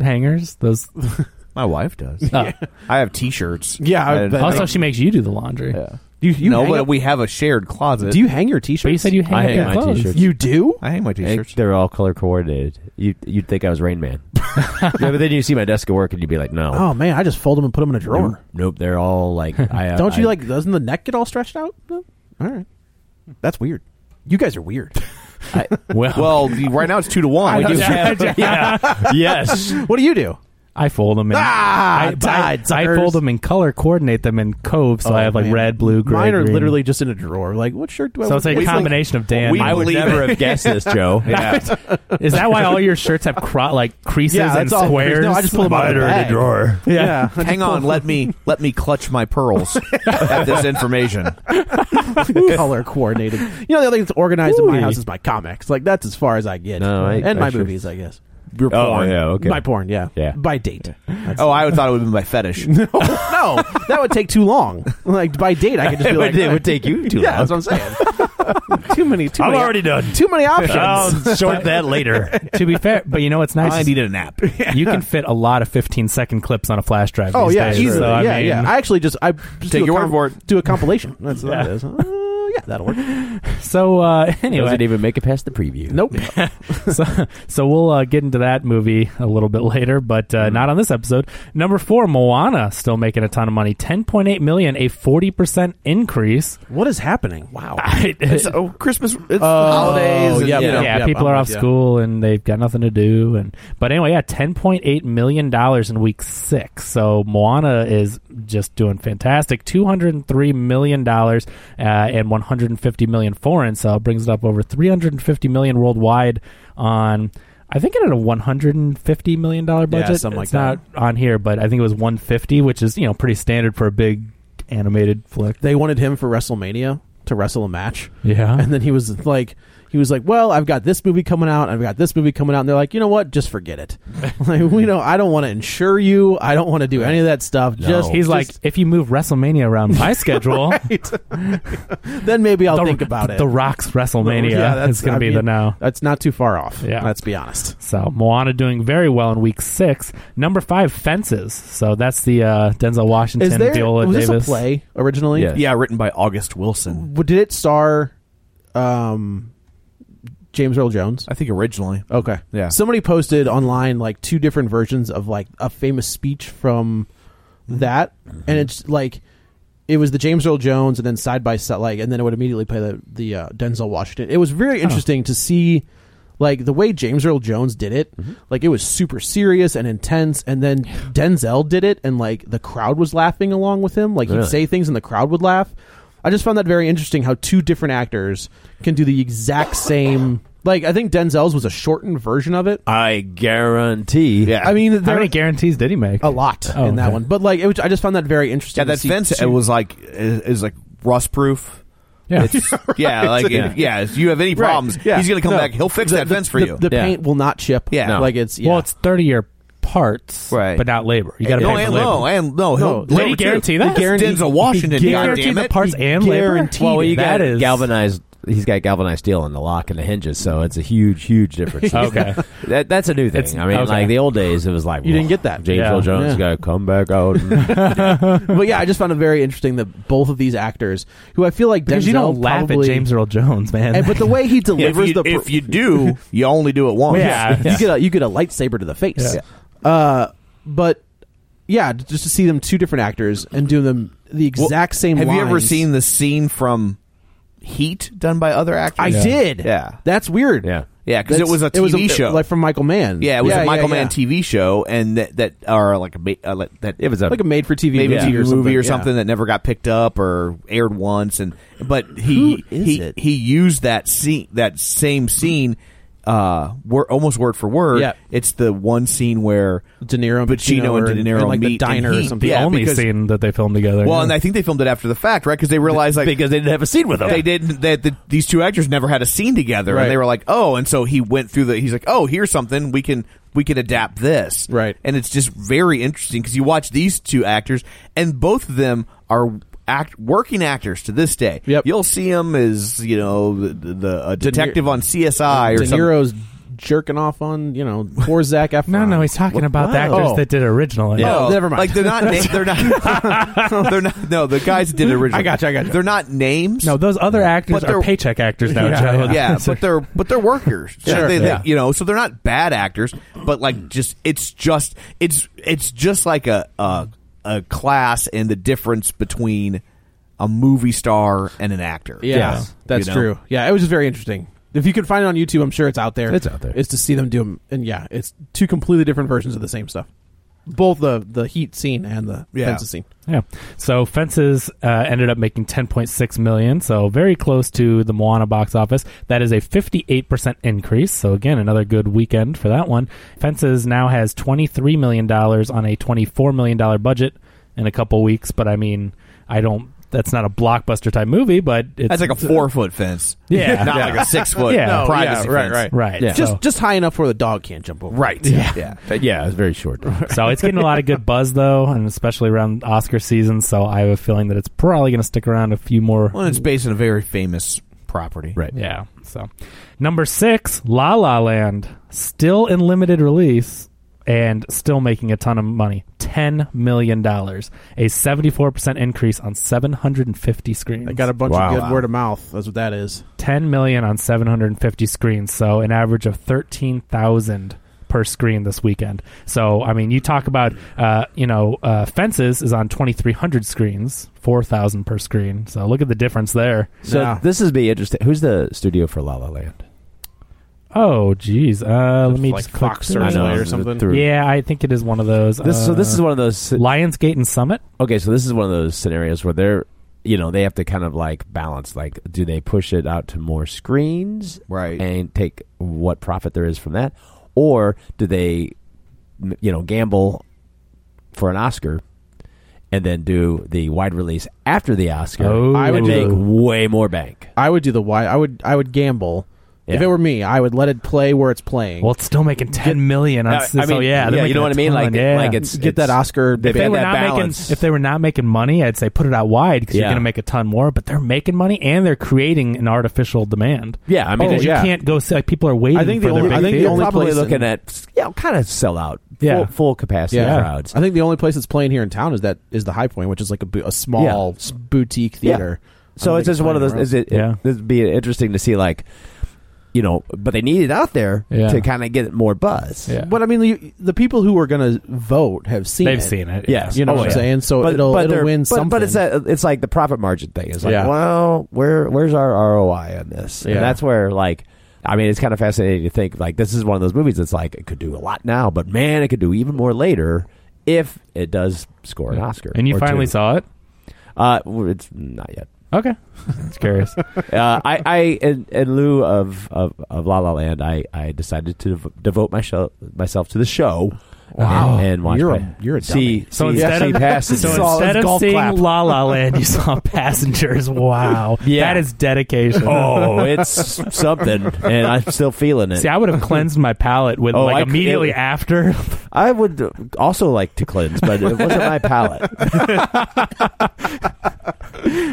hangers? Those. uh,
my wife does.
Oh.
I have T-shirts.
Yeah, I-
And-
that-
Also, she makes you do the laundry.
You, you
no,
hang
but
up-
we have a shared closet.
do you hang your t-shirts?
But you said you hang
I
up
hang
your
my
clothes.
t-shirts.
You do?
I hang my T-shirts.
They're all color coordinated. You, you'd think I was Rain Man. yeah, but then you see my desk at work, and you'd be like, "No,
Oh man, I just fold them and put them in a drawer.
nope, nope, they're all like." I,
Don't you
I-
like? Doesn't the neck get all stretched out? No? All right, that's weird. You guys are weird.
Well,
Well, the- right now it's two to one. We do have-
yeah, yes.
what do you do?
I fold them in.
Ah,
I, I,
tides,
I
suckers. Oh,
fold them in color, coordinate them in cove, so I have like
man.
red, blue, gray.
Mine are
green.
literally just in a drawer. Like, what shirt do I?
So it's
wear?
a combination of Dan.
we
I would
Believe
never have guessed this, Joe.
Yeah.
is that why all your shirts have cro- like creases
Yeah,
and
that's all-
squares?
no, I just pull them out of the bag.
drawer.
Yeah.
Hang on, let me let me clutch my pearls at this information.
color coordinated. You know, the other thing that's organized in my house is my comics. Like that's as far as I get.
No, I-
and
I
my
sure-
movies, I guess.
Your
Oh,
porn.
yeah, okay.
My porn, yeah,
Yeah.
By date. Oh,
Oh, I thought it would be my fetish.
no, that would take too long. Like by date, I could just be
It
like,
would, it would take you too
yeah,
long.
that's what I'm saying. too many. Too
I'm
many,
already done.
Too many options.
I'll sort that later.
to be fair, but you know what's nice?
I
is
needed a nap.
You can fit a lot of 15 second clips on a flash drive.
oh
these
yeah,
days,
easily.
So, I
yeah,
mean,
yeah. I actually just I just
Take
do a
your word for it.
Do a compilation. That's what it is. Uh, yeah, that'll work.
So uh, anyway,
Doesn't even make it past the preview.
Nope.
so, so we'll uh, get into that movie a little bit later, but uh, not on this episode. Number four, Moana, still making a ton of money, 10.8 million, a 40 percent increase.
what is happening? Wow.
Ah.
Oh,
It's, oh, Christmas, it's
Uh,
the holidays. and,
yeah,
you know.
yeah,
yeah,
people are
I'm
off
with ya.
school and they've got nothing to do. And but anyway, yeah, 10.8 million dollars in week six. So Moana is just doing fantastic. 203 million dollars uh, and 150 million foreign. So it brings it up over 350 million worldwide on. I think it had a 150 million dollar budget.
something like
it's not on here, but I think it was 150, which is you know pretty standard for a big animated flick.
They wanted him for WrestleMania to wrestle a match.
Yeah.
and then he was like, he was like, "Well, I've got this movie coming out, I've got this movie coming out," and they're like, "You know what? Just forget it. like, we don't. I don't want to insure you. I don't want to do any of that stuff. Just
He's
just-
like, if you move WrestleMania around my schedule,
then maybe I'll
the,
think about it.
The Rock's WrestleMania
Yeah, that's-
is going
I
to be the
mean,
now.
That's not too far off.
Yeah.
let's be honest.
So Moana doing very well in week six. Number five, Fences. So that's the uh, Denzel Washington,
Is there
Viola
was
Davis.
this a play originally?
Yes.
Yeah, written by August Wilson.
W- Did it star um, James Earl Jones?
I think originally.
Okay.
Yeah.
Somebody posted online like two different versions of like a famous speech from that, and it's like it was the James Earl Jones, and then side by side, like, and then it would immediately play the the uh, Denzel Washington. It was very interesting to see. Like the way James Earl Jones did it, like it was super serious and intense, and then Denzel did it, and like the crowd was laughing along with him. Like he'd
Really?
say things, and the crowd would laugh. I just found that very interesting how two different actors can do the exact same. Like I think Denzel's was a shortened version of it.
I guarantee.
Yeah.
I mean,
How
there
many guarantees did he make?
a lot
Oh,
in that
okay.
one, but like it was, I just found that very interesting.
yeah,
to
that
see
fence
two-
it was like is, is like rust proof.
Yeah.
It's, yeah, like yeah. yeah, if you have any problems,
Yeah.
he's gonna come
No.
back. He'll fix
the-
that
the-
fence for
the-
you.
The
Yeah.
paint will not chip.
Yeah. No.
like it's yeah.
Well, it's thirty-year parts,
Right.
But not labor. You got to
no,
pay for
and
labor.
no, and no, he'll-
Did he
labor too.
guarantee that?
It's Denzel Washington,
He
God
guaranteed
damn
the
it.
parts
He
and labor.
guaranteed
Well, you
That
got
is-
galvanized. He's got galvanized steel in the lock and the hinges, so it's a huge, huge difference.
Okay.
that, that's a new thing.
It's-
I mean,
okay.
like the old days, it was like
You didn't
"Whoa,
get that."
James
Yeah.
Earl Jones
Yeah.
got to come back out. And,
but yeah, I just found it very interesting that both of these actors, who I feel like
because
Denzel
you don't laugh
probably,
at James Earl Jones, man.
and- but the way he
If
delivers
you,
the per-
if you do, you only do it once.
Yeah.
you get a you get a lightsaber to the face.
Yeah.
Uh, but yeah, just to see them two different actors and doing them the
Well,
exact same.
Have you ever
lines.
seen the scene from Heat done by other actors?
I did.
Yeah.
that's weird.
yeah,
Yeah, because it was a TV show.
like from Michael Mann.
yeah, it was a Michael
yeah,
Mann TV show, and that that or like a ma- uh, like that
it was a
like a made for TV
maybe
movie,
a
or
TV
something.
movie or
yeah.
something that never got picked up or aired once. And but he
Who is
he
it?
he used that scene that same scene, uh, wor- almost word for word.
Yeah.
it's the one scene where
De Niro, and
Pacino, and
or-
De Niro
and, like the
meet in
diner or
Heat.
something.
the
yeah,
only
because-
scene that they filmed together.
well,
yeah.
and I think they filmed it after the fact, right? Because they realized like
because they didn't have a scene with him.
they didn't that the, these two actors never had a scene together
Right.
and they were like oh and so he went through the he's like oh here's something we can we can adapt this
Right.
and it's just very interesting because you watch these two actors and both of them are act working actors to this day
Yep.
you'll see him as you know the, the, the a detective on CSI or
De
something
Niro's jerking off on you know poor Zach Efron.
no, no, he's talking about the actors
Oh.
that did Oh. originally.
No,
never mind.
Oh, Like they're not. Na- they're not. they're not. No, the guys did it originally.
I gotcha, I gotcha.
They're not names.
No, those other actors
But they're-
are paycheck actors now,
Yeah,
Joe.
yeah, but they're but they're workers. So
Sure.
they- they-
Yeah.
you know, so they're not bad actors, but like just it's just it's it's just like a a, a class and the difference between a movie star and an actor.
Yeah,
Yeah.
that's
You know?
true. Yeah, it was just very interesting. If you could find it on YouTube, I'm sure it's out there.
It's out there.
It's to see them do them, and yeah, it's two completely different versions of the same stuff. Both the the heat scene and the
Yeah.
fences scene.
Yeah. So Fences uh, ended up making 10.6 million, so very close to the Moana box office. That is a 58% increase. So again, another good weekend for that one. Fences now has 23 million dollars on a 24 million dollar budget in a couple weeks, but I mean, I don't that's not a blockbuster type movie, but it's
That's like a four foot fence.
Yeah.
not
Yeah.
like a six foot
Yeah. No,
privacy
yeah, right,
fence.
right.
right.
Yeah.
Just
so-
just high enough where the dog can't jump over.
Right.
Yeah.
yeah.
But yeah, it was very short.
so it's getting a lot of good buzz though, and especially around Oscar season, so I have a feeling that it's probably going to stick around a few more
Well, it's based on a very famous property.
right.
Yeah. So, number six, La La Land, still in limited release and still making a ton of money. $10 million, a 74% increase on 750 screens.
I got a bunch
Wow.
of good word of mouth. That's what that is.
10 million on 750 screens, so an average of 13,000 per screen this weekend. So, I mean, you talk about, uh, you know, uh, Fences is on 2,300 screens, 4,000 per screen. So, look at the difference there.
So
Yeah.
this is be interesting. Who's the studio for La La Land?
Oh, geez. Uh, let me
like
just click
Fox
through.
or
I know,
Play
the-
something?
through-
Yeah, I think it is one of those.
This, so this
uh,
is one of those.
Lionsgate and Summit.
Okay, so this is one of those scenarios where they're, you know, they have to kind of like balance. Like, do they push it out to more screens
Right.
and take what profit there is from that, or do they, m- you know, gamble for an Oscar and then do the wide release after the Oscar
Oh.
I would
and
do
make
the-
way more bank?
I would do the wide. I would I would gamble If it were me, I would let it play where it's playing.
Well, it's still making ten million. On,
I- I
so
mean,
yeah, they're
yeah, you
making
know
a
what I mean? Like,
ton,
it-
yeah.
like it's
Get that
it's-
Oscar.
They
if they
had
were
that
not
balance.
making if they were not making money, I'd say put it out wide because
Yeah.
you're going to make a ton more. But they're making money and they're creating an artificial demand.
Yeah, I mean,
because
you
yeah.
Oh, you can't go. See, like people are waiting.
I think
for
the
their
only-
big
I think the
theater.
only
probably
place
looking
in-
at you know, kind of sell out,
Yeah.
full, full capacity crowds.
I think the only place that's playing here in town is that is the High Point, which is like a, bu- a small
Yeah.
s- boutique theater. I
So
don't
it's
think
just one of those.
playing
Is it?
Yeah.
Yeah. This would be interesting to see, like, you know, but they need it out there
Yeah.
to kind of get more buzz.
Yeah.
anywhere else. But I mean, the, the people who are going to vote have seen.
They've
it.
seen it.
Yes.
You know
Oh,
what I'm
yeah.
saying? So it'll
they're-
it'll win
but,
something.
But it's that it's like the profit margin thing. It's like,
Yeah.
well, where where's our ROI on this?
Yeah.
And that's where like. I mean, it's kind of fascinating to think like this is one of those movies that's like it could do a lot now, but man, it could do even more later if it does score an Oscar.
And you
or
finally
two.
saw it.
Uh, well, it's not yet.
Okay, it's curious.
Uh, I, I in, in lieu of, of, of La La Land, I, I decided to dev- devote my show, myself to the show.
Wow.
and, and watch
You're a-
my-
you're a
see,
So
see,
instead
see
of
passes.
so
Saw
instead
his
of
golf
seeing
clap.
La La Land, you saw Passengers. Wow,
Yeah.
that is dedication.
oh, it's something, and I'm still feeling it.
See, I would have cleansed my palate with
Oh,
like
I-
immediately
it-
after.
I would also like to cleanse, but it wasn't my palate.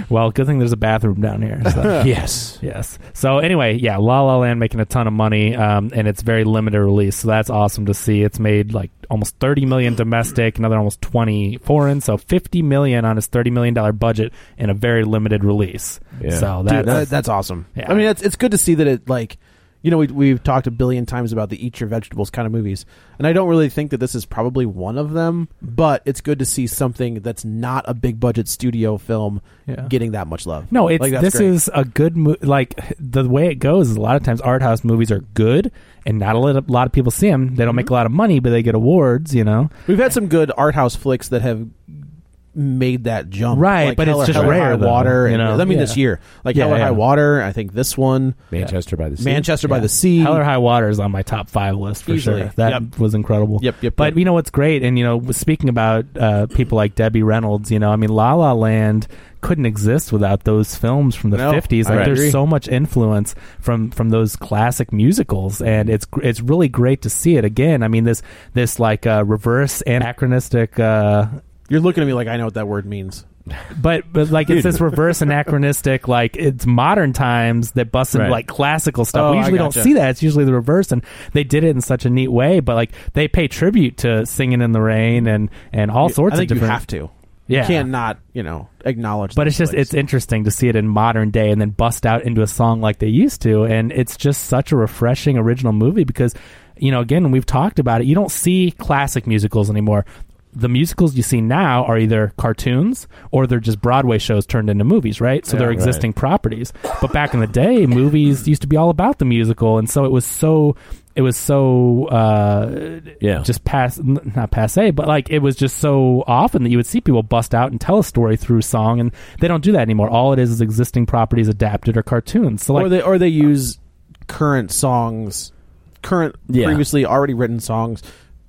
well, good thing there's a bathroom down here. So.
yes.
Yes. So anyway, yeah, La La Land making a ton of money, um, and it's very limited release, so that's awesome to see. It's made like almost thirty million domestic, another almost twenty foreign, so fifty million on his thirty million dollar budget in a very limited release.
Yeah.
So
Dude,
that,
that- that's awesome.
Yeah.
I mean, it's it's good to see that it like, you know, we we've talked a billion times about the eat your vegetables kind of movies, and I don't really think that this is probably one of them. But it's good to see something that's not a big budget studio film
Yeah.
getting that much love.
No, it's
Like, that's
this
great.
is a good mo- like the way it goes is a lot of times art house movies are good and not a lot of, lot of people see them. They don't
Mm-hmm.
make a lot of money, but they get awards, you know.
We've had some good art house flicks that have made that jump,
Right,
Like
but
Hell
it's
or
just
High
rare, though,
water,
you
and-
know?
I mean,
Yeah.
this year, like
Yeah,
Hell or
yeah.
High Water. I think this one,
Manchester by the Sea.
Manchester by the Sea.
Hell or High Water is on my top five list for
Easily.
sure. That
Yep.
was incredible.
Yep, yep,
But
yep.
you know what's great, and you know, speaking about uh, people like Debbie Reynolds, you know, I mean, La La Land couldn't exist without those films from the
No,
fifties.
I
Like,
agree.
there's so much influence from from those classic musicals, and it's gr- it's really great to see it again. I mean, this this like uh, reverse anachronistic. Uh,
You're looking at me like I know what that word means.
but but like it's this reverse anachronistic like it's modern times that busts into
Right.
like classical stuff.
Oh,
we
I
usually
gotcha.
don't see that. It's usually the reverse, and they did it in such a neat way. But like they pay tribute to singing in the rain and and all sorts
I think
of different.
you have to.
yeah,
You can't not, you know, acknowledge.
but
those
it's just
flicks.
it's interesting to see it in modern day and then bust out into a song like they used to and it's just such a refreshing original movie because you know again we've talked about it you don't see classic musicals anymore the musicals you see now are either cartoons or they're just Broadway shows turned into movies, right? So they're existing properties. But back in the day, movies used to be all about the musical, and so it was so it was so uh,
Yeah.
just pass n- not passe but like it was just so often that you would see people bust out and tell a story through song and they don't do that anymore all it is is existing properties adapted or cartoons so
or
like
they or they use current songs, current
Yeah.
previously already written songs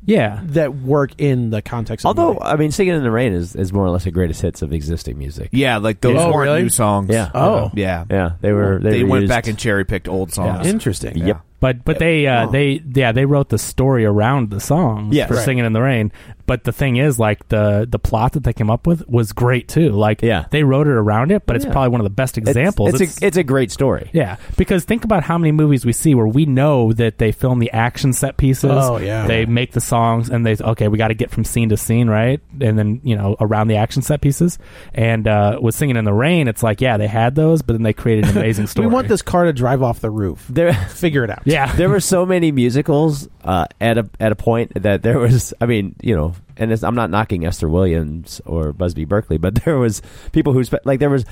yeah
that work in the context. of the
Although,
movie.
I mean, Singing in the Rain is, is more or less the greatest hits of existing music.
Yeah, like those
Yeah. Oh,
weren't
really?
new songs.
Yeah.
Oh.
yeah,
Yeah, they were. They,
They,
were
went
used-
back and cherry picked old songs.
interesting.
Yep.
but but they uh, they yeah they wrote the story around the songs
Oh. Yes.
for
Right.
singing in the rain but the thing is like the the plot that they came up with was great too like
Yeah.
they wrote it around it but it's
Yeah.
probably one of the best
It's-
examples
It's, a, it's a great story.
Yeah, because think about how many movies we see where we know that they film the action set pieces.
Oh, yeah.
they make the songs and they okay, we got to get from scene to scene, right? And then you know around the action set pieces. And uh, with singing in the rain, it's like yeah, they had those, but then they created an amazing
We
story.
want this car to drive off the roof.
There,
Figure it out.
yeah.
there were so many musicals uh, at a at a point that there was. I mean, you know, and it's, I'm not knocking Esther Williams or Busby Berkeley, but there was people who spe- like there was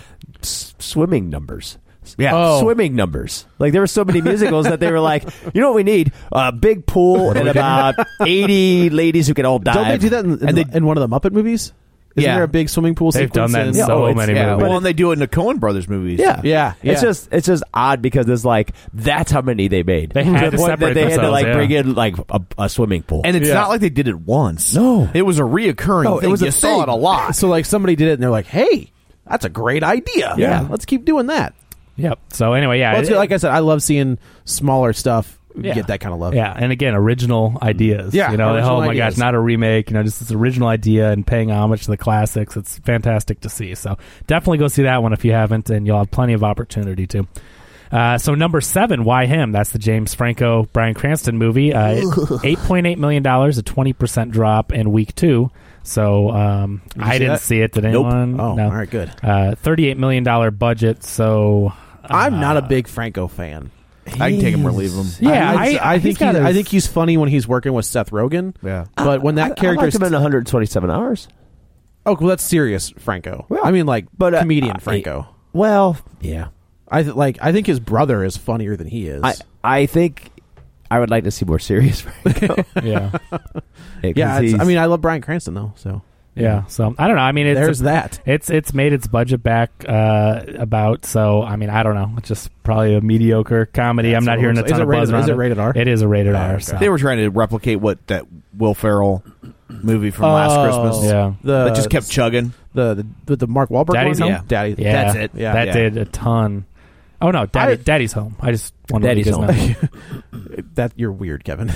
s- swimming numbers.
Yeah.
Oh.
swimming numbers. Like there were so many musicals that they were like, you know what we need? A big pool and about eighty ladies who can all dive.
Don't they do that in, in,
and they,
the- in one of the Muppet movies? Isn't
Yeah.
there a big swimming pool?
They've done
sequence
that in
in-
so
oh, it's-
many
Yeah,
movies.
well, and they do it in the Cohen brothers movies.
yeah,
Yeah,
It's
yeah.
just it's just odd because it's like that's how many they made.
They had to
the point
separate
that they had to
themselves,
like
yeah.
bring in like a, a swimming pool.
and it's not like they did it once.
No.
it was a reoccurring.
Oh,
No, it
thing.
was a
you saw
thing.
it a lot.
So like somebody did it and they're like, "Hey, that's a great idea.
Yeah.
let's keep doing that."
Yep. So anyway, yeah,
Well, it's
it-
good. like I said, I love seeing smaller stuff get that kind of love.
Yeah, and again, original ideas.
Yeah,
you know,
original
oh my
ideas.
gosh, not a remake. You know, just this original idea and paying homage to the classics. It's fantastic to see. So definitely go see that one if you haven't, and you'll have plenty of opportunity to. Uh, so number seven, why him? That's the James Franco Brian Cranston movie. Uh, eight point eight million dollars, a twenty percent drop in week two. So um, I
see
didn't
that?
see it. Did
Nope.
anyone?
Oh,
no.
all right, good.
Uh, Thirty-eight million dollar budget. So
I'm not a big Franco fan.
I can take him or leave him.
yeah,
I, I
I,
think
he's
he's,
got
I
a-
think he's funny when he's working with Seth Rogen.
Yeah.
But when that
I
character,
liked him in 127 hours.
oh, well, that's serious Franco. I mean, like,
but, uh,
comedian
I-
Franco.
Well, yeah.
I th- like. I think his brother is funnier than he is.
I I think I would like to see more serious. Franco.
uh, yeah.
Yeah, 'cause
yeah, it's,
he's-
I mean, I love Brian Cranston though. So
Yeah. So I don't know. I mean, it's
there's that.
It's it's made its budget back uh, about. So I mean, I don't know. It's just probably a mediocre comedy. I'm
That's
not
what
hearing
it
a
looks like.
ton
Is
of
it rated-
buzz around
is it rated R?
It is a rated R.
okay.
So.
They were trying to replicate what that Will Ferrell movie from last
Oh.
Christmas
yeah.
The
that just kept chugging.
the the, with the Mark Wahlberg
Daddy's
one?
Home?
Yeah. Daddy.
Yeah.
That's it.
Yeah.
that
Yeah.
did a ton. Oh no, Daddy,
I-
Daddy's home. I just wanted
Daddy's
to
Home.
that you're weird, Kevin.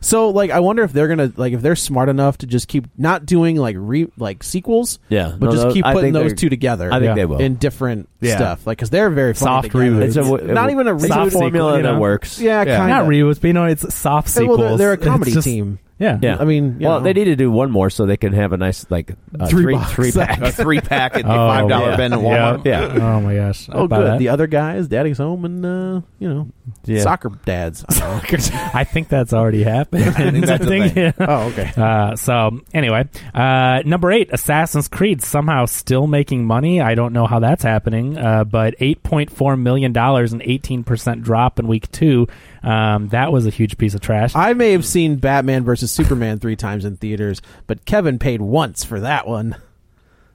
so like, I wonder if they're gonna like if they're smart enough to just keep not doing like re like sequels,
Yeah.
but
No,
just
no,
keep
I
putting
think
those
they're-
two together.
I think
Yeah.
they will.
in different
Yeah.
stuff, like because they're very funny
Soft
together.
reboots.
it's a, w-
not even a
it's
reboot
a formula
sequel, you know?
that works.
Yeah,
Yeah.
kind
Not
of.
rewoods, but you know, it's soft
well,
sequels.
they're, they're a
It's
comedy
just-
team.
Yeah.
Yeah.
I mean, you
well,
know.
they need to do one more so they can have a nice like uh,
Three
three
box
three pack.
A three pack at the
Oh,
five dollar
yeah.
bin at Walmart.
Yeah.
Oh my gosh. I'd
Oh,
buy
good.
that.
The other guys, Daddy's home, and uh, you know,
Yeah.
soccer dads. I don't know.
I think that's already happened. I
think that's a thing.
yeah.
oh, okay.
Uh, so anyway, uh, number eight, Assassin's Creed somehow still making money. I don't know how that's happening, uh, but eight point four million dollars, an eighteen percent drop in week two. Um, that was a huge piece of trash.
I may have seen Batman versus Superman three times in theaters, but Kevin paid once for that one.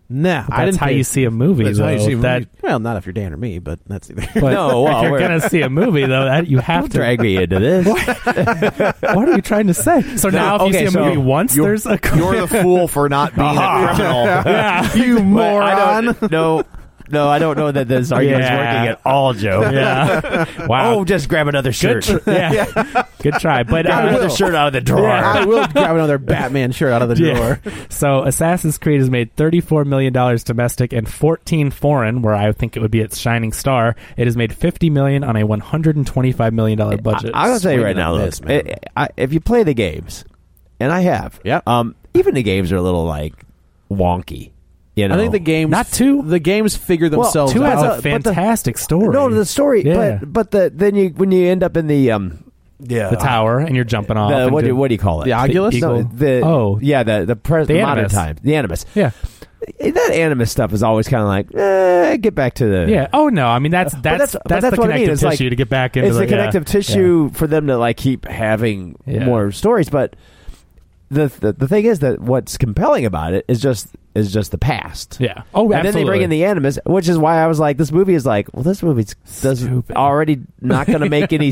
Nah,
But
I
that's
didn't.
how
pay-
you see a movie.
That's
though.
how you see a
That-
movie.
Well, not if you're Dan or me, but that's either.
but
No, well,
if you're
we're-
gonna see a movie though, that you have to.
Drag me into this.
What are you trying to say? So now, if
okay,
you see a
so
movie once,
you're-
there's a
You're the fool for not being a criminal.
yeah.
you
But I
moron.
don't- no, no, I don't know that this argument
Yeah.
is working at all, Joe.
yeah. Wow.
Oh, just grab another
good.
shirt.
Tr- yeah. good try. But
Grab
uh,
another shirt out of the drawer.
I will grab another Batman shirt out of the drawer.
So Assassin's Creed has made $34 million domestic and 14 foreign, where I think it would be its shining star. It has made $50 million on a $125 million budget.
I, will tell you right
Swing on
now, look, eh,
this, man.
I- I- if you play the games, and I have,
Yep.
um, even the games are a little like wonky. You know,
I think the games
Not two?
The games figure themselves
Two has
out.
a fantastic story.
no, the story,
Yeah.
but but the then you when you end up in the um, yeah,
the tower, and you're jumping off.
the,
and
what, do,
do-
what do you call it?
The Oculus?
No,
Eagle.
the,
Oh.
yeah, the the, pre- the, modern
Animus.
time, the Animus. Eh,
yeah,
That Animus stuff is always kind of like, eh, get back to the
yeah. Oh no, I mean that's
But
that's that's,
but that's
the
what I
connective
mean. It's like-
tissue to get back into
it's the,
yeah.
connective tissue for them to like keep having
Yeah.
more stories but the, the the thing is that what's compelling about it is just is just the past
Yeah. Oh,
and
absolutely.
then they bring in the animus which is why i was like this movie is like well this movie's doesn't
Stupid.
already not going to make any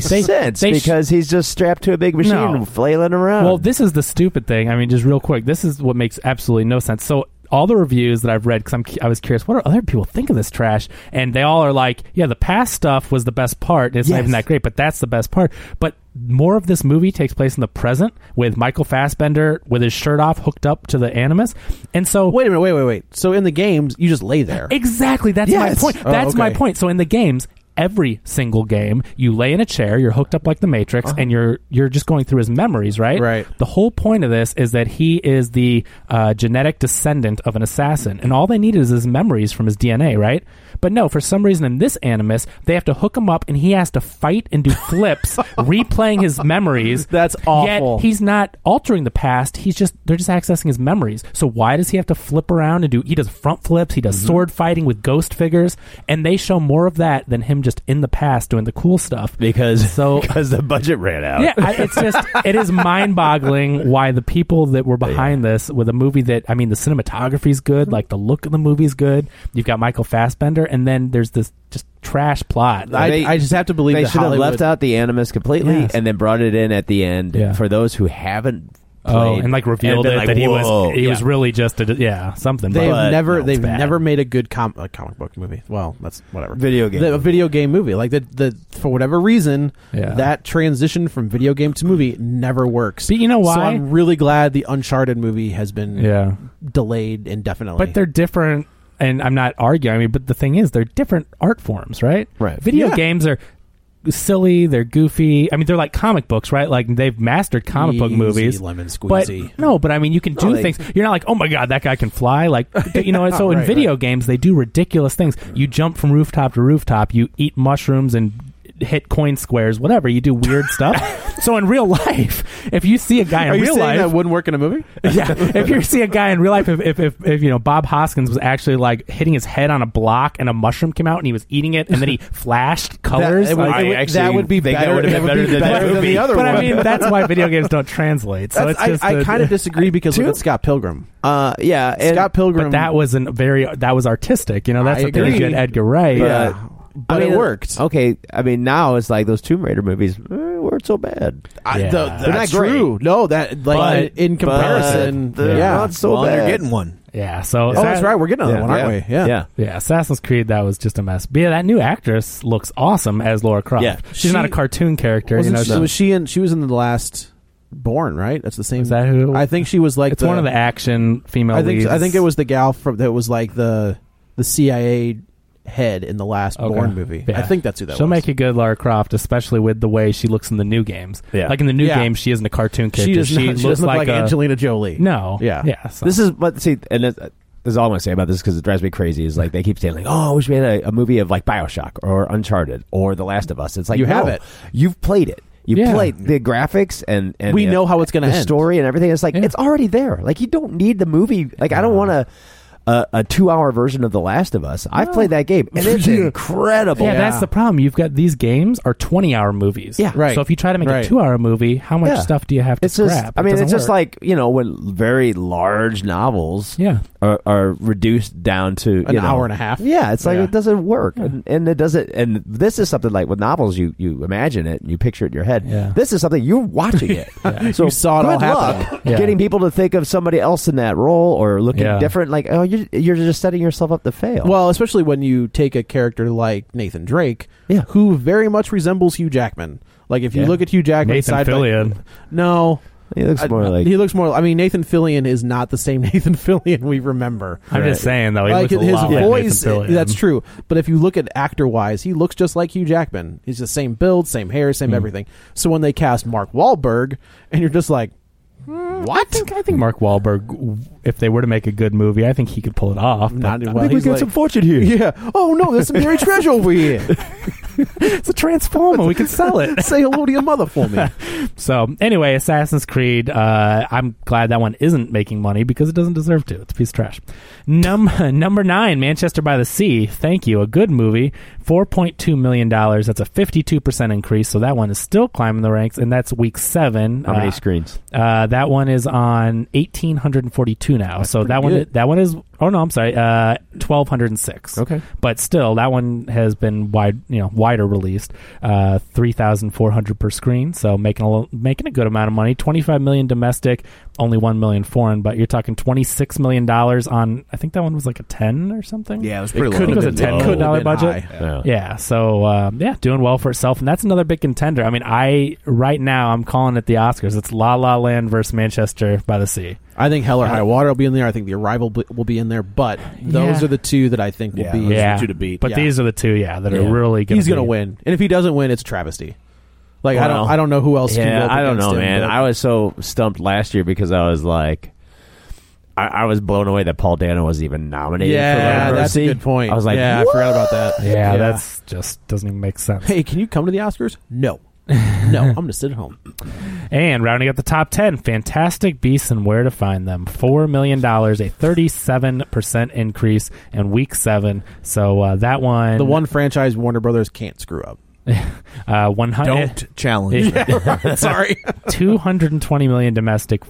sense
they sh-
because he's just strapped to a big machine
No.
and flailing around
Well, this is the stupid thing. I mean, just real quick, this is what makes absolutely no sense. So all the reviews that I've read, because I'm cu- I was curious, what do other people think of this trash? And they all are like, yeah, the past stuff was the best part. It's not
Yes.
even that great, but that's the best part. But more of this movie takes place in the present with Michael Fassbender with his shirt off, hooked up to the animus, and so
Wait a minute. Wait, wait, wait. So in the games, you just lay there.
Exactly. That's
Yes.
my point.
Oh,
That's my
okay.
point. So in the games, every single game, you lay in a chair, you're hooked up like the Matrix, and you're you're just going through his memories, right?
Uh-huh. Right.
The whole point of this is that he is the uh, genetic descendant of an assassin, and all they need is his memories from his DNA, right? But no, for some reason in this animus, they have to hook him up, and he has to fight and do flips, replaying his memories.
That's awful.
Yet he's not altering the past. He's just they're just accessing his memories. So why does he have to flip around and do? He does front flips. He
Mm-hmm.
does sword fighting with ghost figures, and they show more of that than him just in the past doing the cool stuff.
because
So-
because the budget ran out
Yeah, I, it's just it is mind boggling why the people that were behind this with a movie that I mean the cinematography's
Mm-hmm.
good, like the look of the movie's good. You've got Michael Fassbender, and then there's this just trash plot.
I,
They-
I just have to believe
they
that
should have
Hollywood-
left out the animus completely
Yes.
and then brought it in at the end
Yeah.
for those who haven't
Oh,
played.
and like
And
revealed
been
it
like,
that he
"Whoa."
was he
Yeah.
was really just a yeah something.
They've
but
never
no, it's
they've
bad.
never made a good com- a comic book movie. Well, that's whatever.
Video game
The- a
movie.
video game movie. Like the the for whatever reason,
Yeah.
that transition from video game to movie never works.
But you know
So
why?
I'm really glad the Uncharted movie has been
yeah,
delayed indefinitely.
but they're different, and I'm not arguing. I mean, but the thing is, they're different art forms, right?
Right.
Video
Yeah.
games are silly. They're goofy. I mean, they're like comic books, right? Like they've mastered comic book
Easy
movies.
Lemon
But
squeezy.
no, but I mean, you can do
No, they-
things. You're not like, oh my god, that guy can fly. Like you know. So in
Right,
video games, they do ridiculous things. You jump from rooftop to rooftop. You eat mushrooms and hit coin squares. Whatever. You do weird stuff. So in real life, if you see a guy in
Are you
real
saying
life,
that wouldn't work in a movie?
yeah. If you see a guy in real life, if, if, if, if you know Bob Hoskins was actually like hitting his head on a block and a mushroom came out and he was eating it and then he flashed colors.
it would-
like-
it would- that would be
think
better-
That would
that
have been
would
better
be
than,
better
that
than the
movie.
other
but I
one.
mean, that's why video games don't translate. So
That's-
it's just
I,
the-
I kind of disagree because look
Dude.
at Scott Pilgrim.
Uh, yeah, and
Scott Pilgrim.
But that was an very that was artistic. You know, that's
I
a pretty
agree.
good Edgar Wright.
yeah,
uh,
but
I mean,
it worked.
Okay, I mean now it's like those Tomb Raider movies eh, weren't so bad.
I, the,
Yeah. They're not
that's
That's true. No, that like
But-
in comparison,
but they're
yeah.
not so
Well,
bad.
they're getting one.
yeah. So
Oh, that's
Assa-
right. We're getting another
Yeah.
one, aren't we? Yeah.
yeah.
Yeah, Assassin's Creed that was just a mess. But yeah, that new actress looks awesome as Laura Croft.
Yeah.
she's not a
She-
cartoon character. You
Wasn't
know,
she, was she in? She was in the last Born, right? That's the same.
Is that who it was?
I think she was like
it's one of the action female.
I think
leads.
I think it was the gal from that was like the the CIA head in the last
Okay.
Born movie.
Yeah.
I think that's who that
She'll
was.
make a good Lara Croft, especially with the way she looks in the new games.
Yeah.
Like in the new
Yeah.
games, she isn't a cartoon character.
she, does not, she
looks
doesn't look
like,
like,
a,
Angelina Jolie.
No.
Yeah.
Yeah. So.
This is but see, and this, this is all I'm gonna say about this because it drives me crazy. Is like they keep saying like, oh, I wish we had a, a movie of like Bioshock or Uncharted or The Last of Us. It's like
You
no,
have it.
You've played it. You
Yeah.
played the graphics and, and
We
the-
know how it's gonna
the
end.
story and everything. It's like
Yeah.
it's already there. Like you don't need the movie. Like I don't want a a, a two hour version of The Last of Us. I've played that game and it's incredible.
yeah, that's the problem. You've got these games are twenty-hour movies.
Yeah.
Right.
So if you try to make
Right.
a two-hour movie, how much
Yeah.
stuff do you have to
it's
scrap?
just I
It
mean it's
doesn't
just
work.
like you know when very large novels
Yeah.
are, are reduced down to
An
you know,
hour and a half.
Yeah, it's like
Yeah.
it doesn't work, and, and it doesn't. And this is something like with novels, you you imagine it and you picture it in your head.
Yeah.
This is something you're watching it. So
You saw it
good
all happen.
luck
Yeah.
getting people to think of somebody else in that role or looking
Yeah.
different. Like oh, you're you're just setting yourself up to fail.
Well, especially when you take a character like Nathan Drake,
Yeah.
who very much resembles Hugh Jackman. Like if you
Yeah.
look at Hugh Jackman
Nathan
side by-
Fillion.
no,
he looks
I-
more like
he looks more. I mean, Nathan Fillion is not the same Nathan Fillion we remember.
I'm just saying though, he
like
looks a
his
lot like
voice,
Nathan Fillion.
that's true. But if you look at actor wise, he looks just like Hugh Jackman. He's the same build, same hair,
Hmm.
same everything. So when they cast Mark Wahlberg, and you're just like,
What? Hmm, I think, I think Mark Wahlberg, if they were to make a good movie, I think he could pull it off. but-
not well, he's like,
fortune here.
yeah. Oh no, there's some Mary treasure over here.
it's a transformer. we could sell it.
Say hello to your mother for me.
So anyway, Assassin's Creed. Uh, I'm glad that one isn't making money because it doesn't deserve to. It's a piece of trash. Num- number nine, Manchester by the Sea. Thank you. A good movie. Four point two million dollars. That's a fifty-two percent increase. So that one is still climbing the ranks, and that's week seven.
How
Ah.
many
Uh,
screens?
uh, that one is on eighteen hundred and forty-two now. so that one,
good.
that one is. Oh no, I'm sorry. Uh, twelve hundred and six. Okay, but still, that one has been wide, you know, wider released. Uh, three thousand four hundred per screen. So making a lo- making a good amount of money. Twenty-five million domestic, only one million foreign. But you're talking twenty-six million dollars on. I think that one was like a ten or something.
Yeah, it was pretty
It
low.
couldn't
I think it
have been low.
was a ten million dollar
Could've been
budget. Yeah, so um, yeah, doing well for itself, and that's another big contender. I mean, I right now I'm calling it the Oscars. It's La La Land versus Manchester by the Sea.
I think Hell or High Water will be in there. I think The Arrival b- will be in there. But those
Yeah.
are the two that I think will
Yeah,
be.
those are the
yeah,
two to beat.
But
Yeah.
these are the two, yeah, that
Yeah.
are really gonna
He's going to
be-
win, and if he doesn't win, it's a travesty. Like I
Well,
don't, I don't know who else. can go
Yeah,
up
I don't
against
know,
him,
man.
but-
I was so stumped last year because I was like, I, I was blown away that Paul Dano was even nominated.
yeah,
for Lord
that's a
Mercy.
good point.
I was like,
yeah, I forgot about that.
Yeah, that's just doesn't even make sense.
Hey, can you come to the Oscars? No. No, I'm going to sit at home.
And rounding out the top ten, Fantastic Beasts and Where to Find Them, four million dollars, a thirty-seven percent increase in week seven. So uh, that one,
The one franchise Warner Brothers can't screw up.
uh, one hundred.
Don't challenge.
Sorry.
220 million domestic,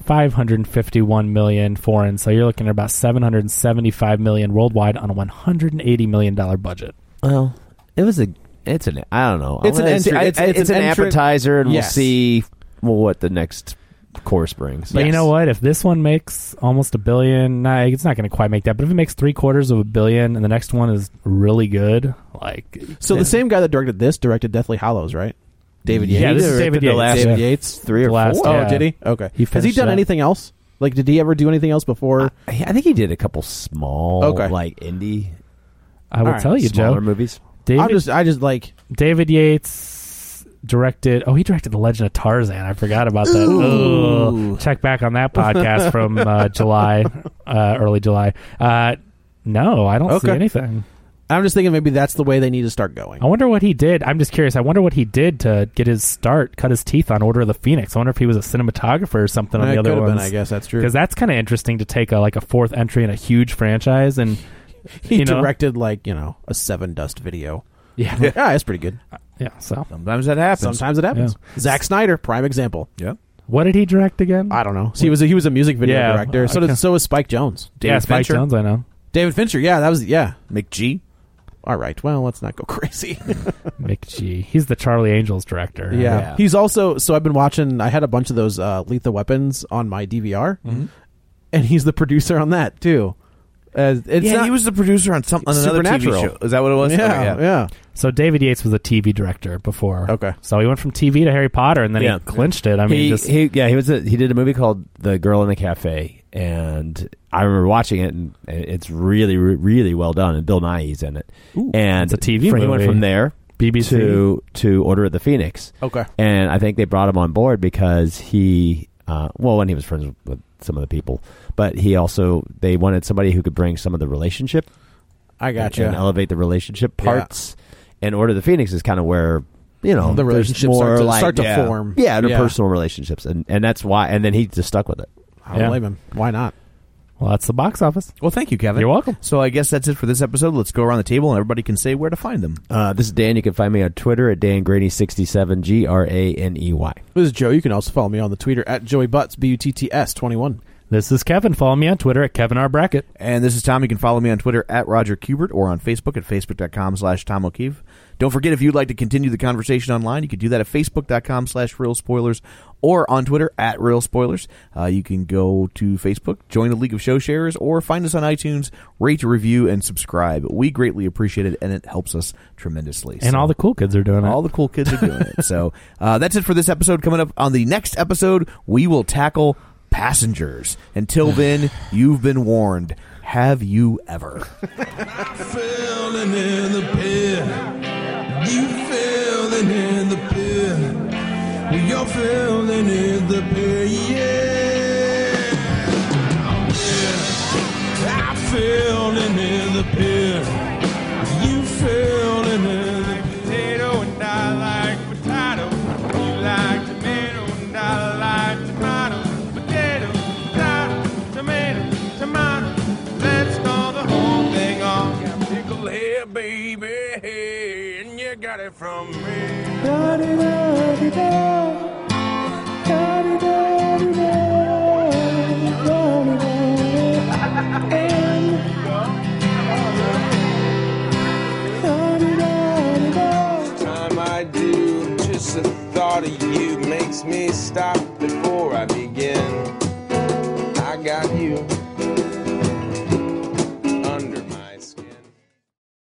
551 million foreign. So you're looking at about 775 million worldwide on a 180 million dollar budget.
Well, it was a. It's an. I don't know.
It's an
Let's see.
entry-
I-
it's-
I-
it's
it's
an
an
entry-
appetizer, and
Yes.
we'll see. Well, what the next core springs.
But you know what? If this one makes almost a billion, nah, it's not going to quite make that. But if it makes three quarters of a billion, and the next one is really good, like
So
then-
the same guy that directed this directed Deathly Hollows, right? David Yates.
Yeah, this is David
the
Yates.
last-
yeah.
David Yates, three
The
or
last,
four.
yeah.
Oh, did he? Okay.
He
Has he
finished Uh,
done
up.
anything else? Like, did he ever do anything else before?
I, I think Uh, he did a couple small,
Okay.
like indie. uh,
I will
All right,
tell you,
smaller
Joe.
movies.
I
David,
just, I just like
David Yates directed. Oh, he directed The Legend of Tarzan. I forgot about that. Ugh. Check back on that podcast from uh, July, uh, early July. Uh, no, I don't see
Okay.
anything.
I'm just thinking maybe that's the way they need to start going.
I wonder what he did. I'm just curious. I wonder what he did to get his start, cut his teeth on Order of the Phoenix. I wonder if he was a cinematographer or something on
That
the other
could have
ones.
been, I guess that's true.
because that's kind of interesting to take a like a fourth entry in a huge franchise and
He
you know?
directed like you know a Seven Dust video.
yeah,
Yeah, that's pretty good.
yeah. So
Sometimes that happens.
Sometimes it happens. Zack Snyder, prime example.
what did he direct again?
I don't know. So he was a, he was a music video
Yeah,
director. So
okay.
did, so was Spike Jones.
yeah, Spike
Fincher?
Jones. I know.
David Fincher. Yeah, that was yeah.
McG.
All right. Well, let's not go crazy.
McG. He's the Charlie Angels director.
Yeah.
Yeah.
He's also so I've been watching I had a bunch of those uh Lethal Weapons on my DVR. And he's the producer on that too. As it's
yeah,
not-
he was the producer on some on another TV
Supernatural.
show. Is that what it was?
yeah,
Okay,
yeah.
So David Yates was a TV director before.
Okay.
So he went from TV to Harry Potter, and then
Yeah.
he clinched it. I mean,
he,
just
he yeah he was a, he did a movie called The Girl in the Cafe and I remember watching it and it's really re- really well done and Bill Nye's in it
it's
and
a TV
he went
movie.
from there
BBC.
to to Order of the Phoenix
Okay.
and I think they brought him on board because he uh, well when he was friends with some of the people but he also they wanted somebody who could bring some of the relationship
I got
and
you.
elevate the relationship parts. And Order of the Phoenix is kind of where you know
The
there's
relationships
more
start to-
like-
start to
yeah.
form.
Yeah,
Yeah.
interpersonal relationships, and and that's why. And then he just stuck with it.
I don't
Yeah.
blame him. Why not?
well, that's the box office.
Well, thank you, Kevin.
You're welcome.
So I guess that's it for this episode. Let's go around the table and everybody can say where to find them.
Uh, this is Dan. You can find me on Twitter at Dan Grady sixty seven G R A N E Y.
This is Joe. You can also follow me on the Twitter at Joey Butts B U T T S twenty one.
This is Kevin. Follow me on Twitter at Kevin R Brackett.
And this is Tom. You can follow me on Twitter at Roger Kubert or on Facebook at facebook.com slash Tom O'Keefe. Don't forget, if you'd like to continue the conversation online, you can do that at facebook.com slash real spoilers or on Twitter at real spoilers. Uh, you can go to Facebook, join the League of Show Sharers, or find us on iTunes, rate, review, and subscribe. We greatly appreciate it, and it helps us tremendously.
And
So-
all the cool kids are doing it.
all the cool kids are doing it. So uh, that's it for this episode. Coming up on the next episode, we will tackle passengers. Until then, you've been warned. Have you ever?
Falling in the pit. You falling in the pit. Well, you're falling in the pit. Yeah. I falling in the pit. You falling in the potato and I like potato. You like tomato and I like tomato. Potato, potato, tomato, tomato. Let's start the whole thing off. Got pickle here, baby, hey, and you got it from me. time I do, just the thought of you makes me stop before I begin. I got you.